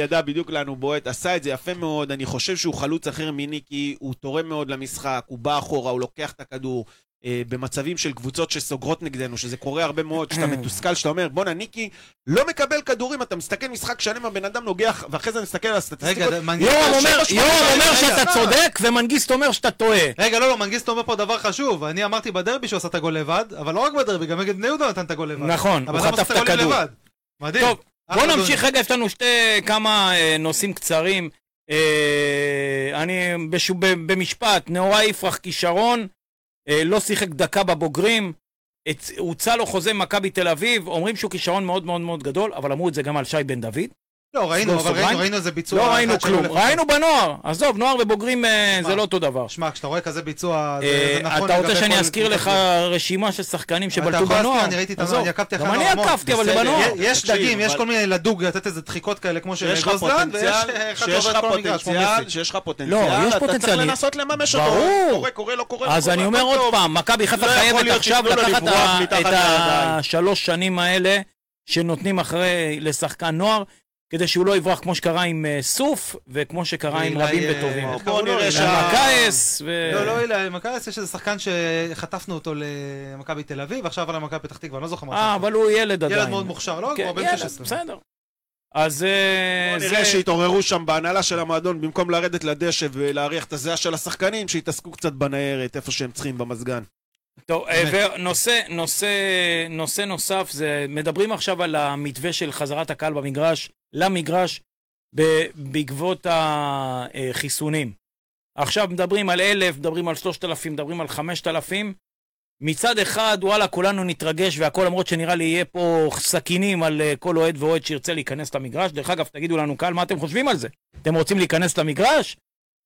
Speaker 3: ידע בדיוק לאן הוא בועט, עשה את זה יפה מאוד, אני חושב שהוא חלוץ אחר מניקי, הוא תורם מאוד למשחק, הוא בא אחורה, הוא לוקח את הכדור. אה, במצבים של קבוצות שסוגרות נגדנו, שזה קורה הרבה מאוד,
Speaker 2: אה.
Speaker 3: שאתה מתוסכל, שאתה אומר, בואנה, ניקי לא מקבל כדורים, אתה מסתכל משחק שלם, הבן אדם נוגח, ואחרי זה נסתכל על הסטטיסטיקות.
Speaker 4: רגע, מנגיסטו-
Speaker 3: יורם
Speaker 2: יורם אומר-
Speaker 3: שבע,
Speaker 2: יורם
Speaker 3: שמונה,
Speaker 2: אומר
Speaker 3: רגע,
Speaker 2: שאתה
Speaker 3: אה,
Speaker 2: צודק, ומנגיסט אומר שאתה טועה.
Speaker 4: רגע, לא, לא, מנגיסטו אומר פה דבר חשוב. אני אמרתי בדרבי שהוא עשה את הגול לבד, אבל לא רק בדרבי, גם נגד בני יהודה נתן את הגול לבד.
Speaker 2: נכון,
Speaker 4: הבן
Speaker 2: הוא
Speaker 4: אדם
Speaker 2: חטף
Speaker 4: עשה
Speaker 2: את
Speaker 4: גולים
Speaker 2: הכדור.
Speaker 4: לא לבד. אה, מדהים.
Speaker 2: טוב, בואו
Speaker 4: אחלה גול.
Speaker 2: נמשיך רגע, יש לנו שתי, כמה אה, נושאים קצרים. אה, אני בשו- ב- במשפט, נאורי יפרח כישרון, אה, לא שיחק דקה בבוגרים, הצ- הוצע לו חוזה מכבי תל אביב, אומרים שהוא כישרון מאוד מאוד מאוד גדול, אבל אמרו את זה גם על שי בן דוד.
Speaker 4: לא, ראינו,
Speaker 2: סגור
Speaker 4: אבל
Speaker 2: סוגריים.
Speaker 4: ראינו, ראינו איזה ביצוע.
Speaker 2: לא
Speaker 4: אחד
Speaker 2: ראינו
Speaker 4: שלו
Speaker 2: כלום,
Speaker 4: לפחות.
Speaker 2: ראינו בנוער, עזוב, נוער ובוגרים אה,
Speaker 4: שמע,
Speaker 2: זה לא אותו דבר.
Speaker 4: שמע, כשאתה רואה כזה ביצוע, זה-
Speaker 2: אה,
Speaker 4: זה נכון.
Speaker 2: אתה רוצה
Speaker 4: לגבי
Speaker 2: שאני
Speaker 4: כל
Speaker 2: אזכיר
Speaker 4: קבוצה
Speaker 2: לך
Speaker 4: אחרת.
Speaker 2: רשימה של שחקנים
Speaker 4: אתה
Speaker 2: שבלטו
Speaker 4: יכול להזכיר,
Speaker 2: בנוער?
Speaker 4: אני ראיתי את
Speaker 2: עזוב.
Speaker 4: הנוער, אני עקבתי אחרי
Speaker 2: גם אני
Speaker 4: הנוער המון.
Speaker 2: עקבתי, אבל זה
Speaker 4: בסדר,
Speaker 2: בנוער.
Speaker 4: י- יש
Speaker 3: תקשיב,
Speaker 4: דגים, יש
Speaker 3: אבל-
Speaker 4: כל מיני לדוג, לתת איזה דחיקות כאלה, כמו של
Speaker 3: יש לך
Speaker 4: גוזלן, ויש
Speaker 2: אה,
Speaker 3: פוטנציאל,
Speaker 4: אחד
Speaker 3: שיש לך
Speaker 4: שעובר את כל המגרש, כמו
Speaker 3: פוטנציאל,
Speaker 4: מסי.
Speaker 3: שיש לך
Speaker 2: לא,
Speaker 3: פוטנציאל,
Speaker 2: יש
Speaker 3: אתה צריך
Speaker 2: פוטנציאל.
Speaker 3: לנסות לממש אותו.
Speaker 2: ברור.
Speaker 3: קורה, קורה, לא קורה. לא
Speaker 2: אז
Speaker 3: קורה,
Speaker 2: אני
Speaker 3: הכל
Speaker 2: אומר עוד
Speaker 3: טוב.
Speaker 2: פעם, מכבי חיפה
Speaker 3: לא יכול
Speaker 2: חייבת
Speaker 3: להיות
Speaker 2: עכשיו
Speaker 3: שייתנו לו
Speaker 2: לקחת
Speaker 3: לברוח
Speaker 2: ה-
Speaker 3: מתחת
Speaker 2: את
Speaker 3: לידיים.
Speaker 2: השלוש שנים האלה שנותנים אחרי לשחקן נוער, כדי שהוא לא יברח כמו שקרה עם אה, סוף, וכמו שקרה עם
Speaker 4: ואילי,
Speaker 2: רבים
Speaker 4: אה,
Speaker 2: וטובים.
Speaker 4: איך
Speaker 3: בואו
Speaker 4: קראו לו?
Speaker 3: נראה ש-
Speaker 2: ומכעס, ו...
Speaker 4: לא, לא, אילי, מכבי יש איזה שחקן שחטפנו אותו למכבי תל אביב, עכשיו עלה למכבי פתח תקווה, אני לא זוכר מה
Speaker 2: אה,
Speaker 4: השם.
Speaker 2: אבל הוא ילד עדיין.
Speaker 4: ילד מאוד מוכשר, לא?
Speaker 2: כן,
Speaker 4: הוא בן
Speaker 2: ילד,
Speaker 4: 16.
Speaker 2: בסדר. אז אה,
Speaker 3: בוא
Speaker 2: זה...
Speaker 3: נראה שהתעוררו שם בהנהלה של המועדון, במקום לרדת לדשא ולהריח את הזיעה של השחקנים, שיתעסקו קצת בניירת, איפה שהם צריכים, במזגן.
Speaker 2: טוב, אה, ונושא נושא, נושא נוסף, זה, מדברים עכשיו על המתווה של חזרת הקהל במגרש, למגרש, ב- בעקבות החיסונים. עכשיו מדברים על אלף, מדברים על שלושת אלפים, מדברים על חמשת אלפים. מצד אחד, וואלה, כולנו נתרגש והכל, למרות שנראה לי יהיה פה סכינים על אה, כל אוהד ואוהד שירצה להיכנס למגרש. דרך אגב, תגידו לנו, קהל, מה אתם חושבים על זה? אתם רוצים להיכנס למגרש?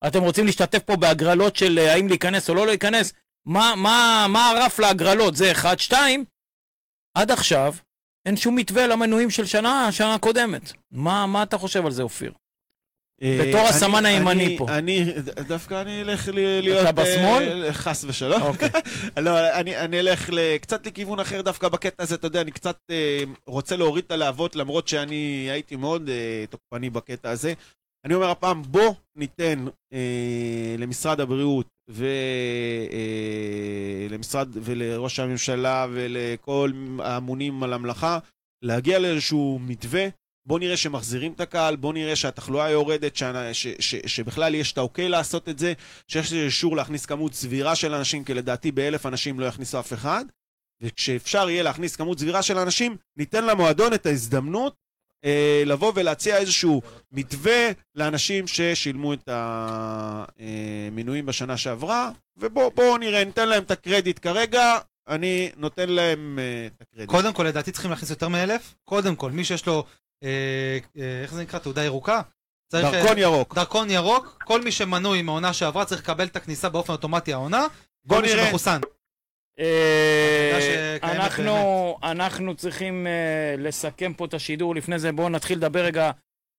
Speaker 2: אתם רוצים להשתתף פה בהגרלות של אה, האם להיכנס או לא להיכנס? מה, מה, מה הרף להגרלות? זה אחד. שתיים, עד עכשיו אין שום מתווה למנויים של שנה, שנה קודמת. מה, מה אתה חושב על זה, אופיר? בתור
Speaker 3: אה,
Speaker 2: הסמן
Speaker 3: אני-
Speaker 2: הימני
Speaker 3: אני-
Speaker 2: פה.
Speaker 3: אני, ד- דווקא אני אלך ל- להיות...
Speaker 2: אתה בשמאל?
Speaker 3: אה, חס ושלום.
Speaker 2: אוקיי.
Speaker 3: לא, אני, אני אלך ל- קצת לכיוון אחר דווקא בקטע הזה, אתה יודע, אני קצת אה, רוצה להוריד את הלהבות, למרות שאני הייתי מאוד אה, תוקפני בקטע הזה. אני אומר הפעם, בוא ניתן אה, למשרד הבריאות ולמשרד אה, למשרד- ולראש הממשלה ולכל האמונים על המלאכה להגיע לאיזשהו מתווה. בוא נראה שמחזירים את הקהל, בוא נראה שהתחלואה יורדת, ש, ש, ש, שבכלל יש את האוקיי לעשות את זה, שיש אישור להכניס כמות סבירה של אנשים, כי לדעתי באלף אנשים לא יכניסו אף אחד, וכשאפשר יהיה להכניס כמות סבירה של אנשים, ניתן למועדון את ההזדמנות אה, לבוא ולהציע איזשהו מתווה לאנשים ששילמו את המינויים בשנה שעברה, ובואו נראה, ניתן להם את הקרדיט כרגע, אני נותן להם אה, את הקרדיט.
Speaker 4: קודם כל, לדעתי צריכים להכניס יותר מאלף. קודם כל, מי שיש לו, אה, אה, איך זה נקרא? תעודה ירוקה? צריך, אה,
Speaker 3: דרכון ירוק.
Speaker 4: דרכון ירוק, כל מי שמנוי מהעונה שעברה צריך לקבל את הכניסה באופן אוטומטי העונה.
Speaker 3: בוא
Speaker 4: כל מי
Speaker 3: נראה.
Speaker 4: שמחוסן.
Speaker 2: אה,
Speaker 4: עבודה שקיימת
Speaker 2: אנחנו, אנחנו צריכים אה, לסכם פה את השידור. לפני זה בואו נתחיל לדבר רגע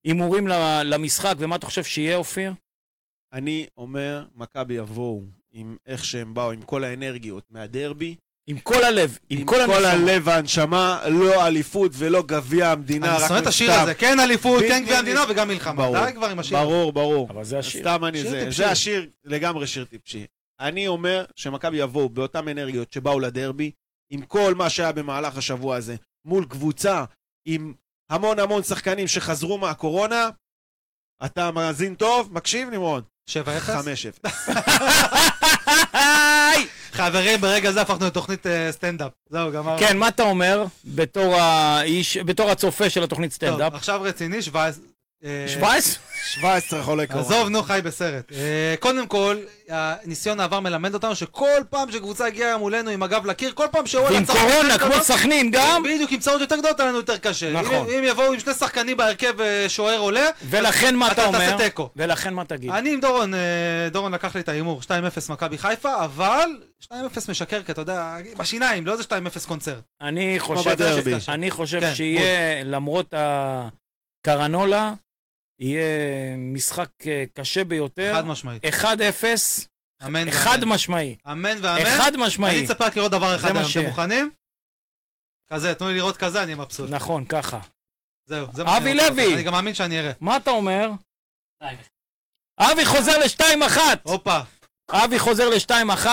Speaker 2: הימורים ל- למשחק, ומה אתה חושב שיהיה, אופיר?
Speaker 3: אני אומר, מכבי יבואו עם איך שהם באו, עם כל האנרגיות מהדרבי,
Speaker 2: עם כל הלב, עם,
Speaker 3: עם
Speaker 2: כל
Speaker 3: כל
Speaker 2: הנשמה.
Speaker 3: הלב והנשמה, לא אליפות ולא גביע המדינה,
Speaker 4: אני
Speaker 3: רק
Speaker 4: שונא את השיר
Speaker 3: מבטא.
Speaker 4: הזה, כן אליפות,
Speaker 3: בדיוק,
Speaker 4: כן גביע המדינה
Speaker 3: בדיוק.
Speaker 4: וגם מלחמה.
Speaker 3: ברור.
Speaker 4: די כבר עם השיר.
Speaker 3: ברור, ברור.
Speaker 2: אבל זה השיר.
Speaker 3: סתם אני
Speaker 4: שיר
Speaker 3: זה,
Speaker 4: טיפשי.
Speaker 3: זה השיר לגמרי שיר טיפשי. אני אומר שמכבי יבואו באותן אנרגיות שבאו לדרבי, עם כל מה שהיה במהלך השבוע הזה, מול קבוצה עם המון המון שחקנים שחזרו מהקורונה. אתה מאזין טוב? מקשיב נמרוד?
Speaker 4: 7-0.
Speaker 3: 5-0.
Speaker 4: חברים, ברגע זה הפכנו לתוכנית אה, סטנדאפ. זהו, גמר.
Speaker 2: כן, מה אתה אומר בתור, האיש, בתור הצופה של התוכנית
Speaker 4: טוב,
Speaker 2: סטנדאפ?
Speaker 4: עכשיו רציני, 17. אה,
Speaker 2: 17?
Speaker 3: 17 חולי קורונה.
Speaker 4: עזוב, נו, חי בסרט. אה, קודם כל, ניסיון העבר מלמד אותנו שכל פעם שקבוצה הגיעה מולנו עם הגב לקיר, כל לא? פעם שוואלה
Speaker 2: עם
Speaker 4: צחק-
Speaker 2: קורונה, כמו סכנין גם,
Speaker 4: בדיוק, עם צרות יותר גדולות היה לנו יותר קשה.
Speaker 2: נכון.
Speaker 4: אם, אם יבואו עם שני שחקנים בהרכב אה, שוער עולה,
Speaker 2: ולכן מה אתה
Speaker 4: אתה
Speaker 2: אומר?
Speaker 4: תעשה תיקו.
Speaker 2: ולכן מה תגיד?
Speaker 4: אני עם דורון, אה, דורון לקח לי את ההימור, 2-0 מכבי חיפה, אבל 2-0 משקר, כי אתה יודע, בשיניים, לא איזה 2-0 קונצרט.
Speaker 2: אני חושב,
Speaker 3: כמו בדרבי.
Speaker 2: אני חושב
Speaker 4: כן,
Speaker 2: שיהיה, למרות הקרנולה, יהיה משחק אה, קשה ביותר.
Speaker 4: חד משמעית.
Speaker 2: 1-0,
Speaker 4: אמן
Speaker 2: אה, חד
Speaker 4: ואמן.
Speaker 2: משמעי.
Speaker 4: אמן ואמן.
Speaker 2: חד
Speaker 4: אני
Speaker 2: משמעי.
Speaker 4: אצפה רק לראות דבר אחד
Speaker 2: מה
Speaker 4: היום, אתם
Speaker 2: שיהיה.
Speaker 4: מוכנים? כזה, תנו לי לראות כזה, אני מבסוט.
Speaker 2: נכון, ככה.
Speaker 4: זהו, זה מה
Speaker 2: אבי
Speaker 4: שאני רוצה.
Speaker 2: לוי.
Speaker 4: אני גם מאמין שאני אראה.
Speaker 2: מה אתה אומר? אבי חוזר ל-2-1!
Speaker 4: הופה.
Speaker 2: אבי חוזר ל-2-1.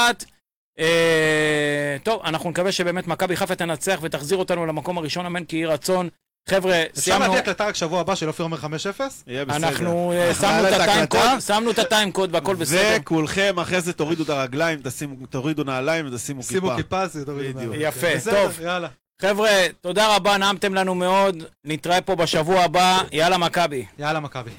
Speaker 2: אה, טוב, אנחנו נקווה שבאמת מכבי חיפה תנצח ותחזיר אותנו למקום הראשון, אמן כי יהי רצון. חבר'ה,
Speaker 4: אפשר
Speaker 2: סיימנו,
Speaker 4: להביא הקלטה רק שבוע הבא של אופיר אומר 5-0?
Speaker 3: יהיה בסדר.
Speaker 2: אנחנו אה, שמנו
Speaker 3: נעלה
Speaker 2: את
Speaker 3: את
Speaker 2: הטיים
Speaker 3: ההקלטה.
Speaker 2: קוד, שמנו את הטיים קוד והכל בסדר.
Speaker 3: וכולכם אחרי זה תורידו את הרגליים, תשימו- תורידו נעליים ותשימו כיפה.
Speaker 4: שימו כיפה, זה תוריד.
Speaker 3: בדיוק.
Speaker 4: מהר.
Speaker 2: יפה,
Speaker 4: בסדר,
Speaker 2: טוב.
Speaker 4: יאללה.
Speaker 2: חבר'ה, תודה רבה, נעמתם לנו מאוד, נתראה פה בשבוע הבא, יאללה מכבי.
Speaker 4: יאללה, מכבי.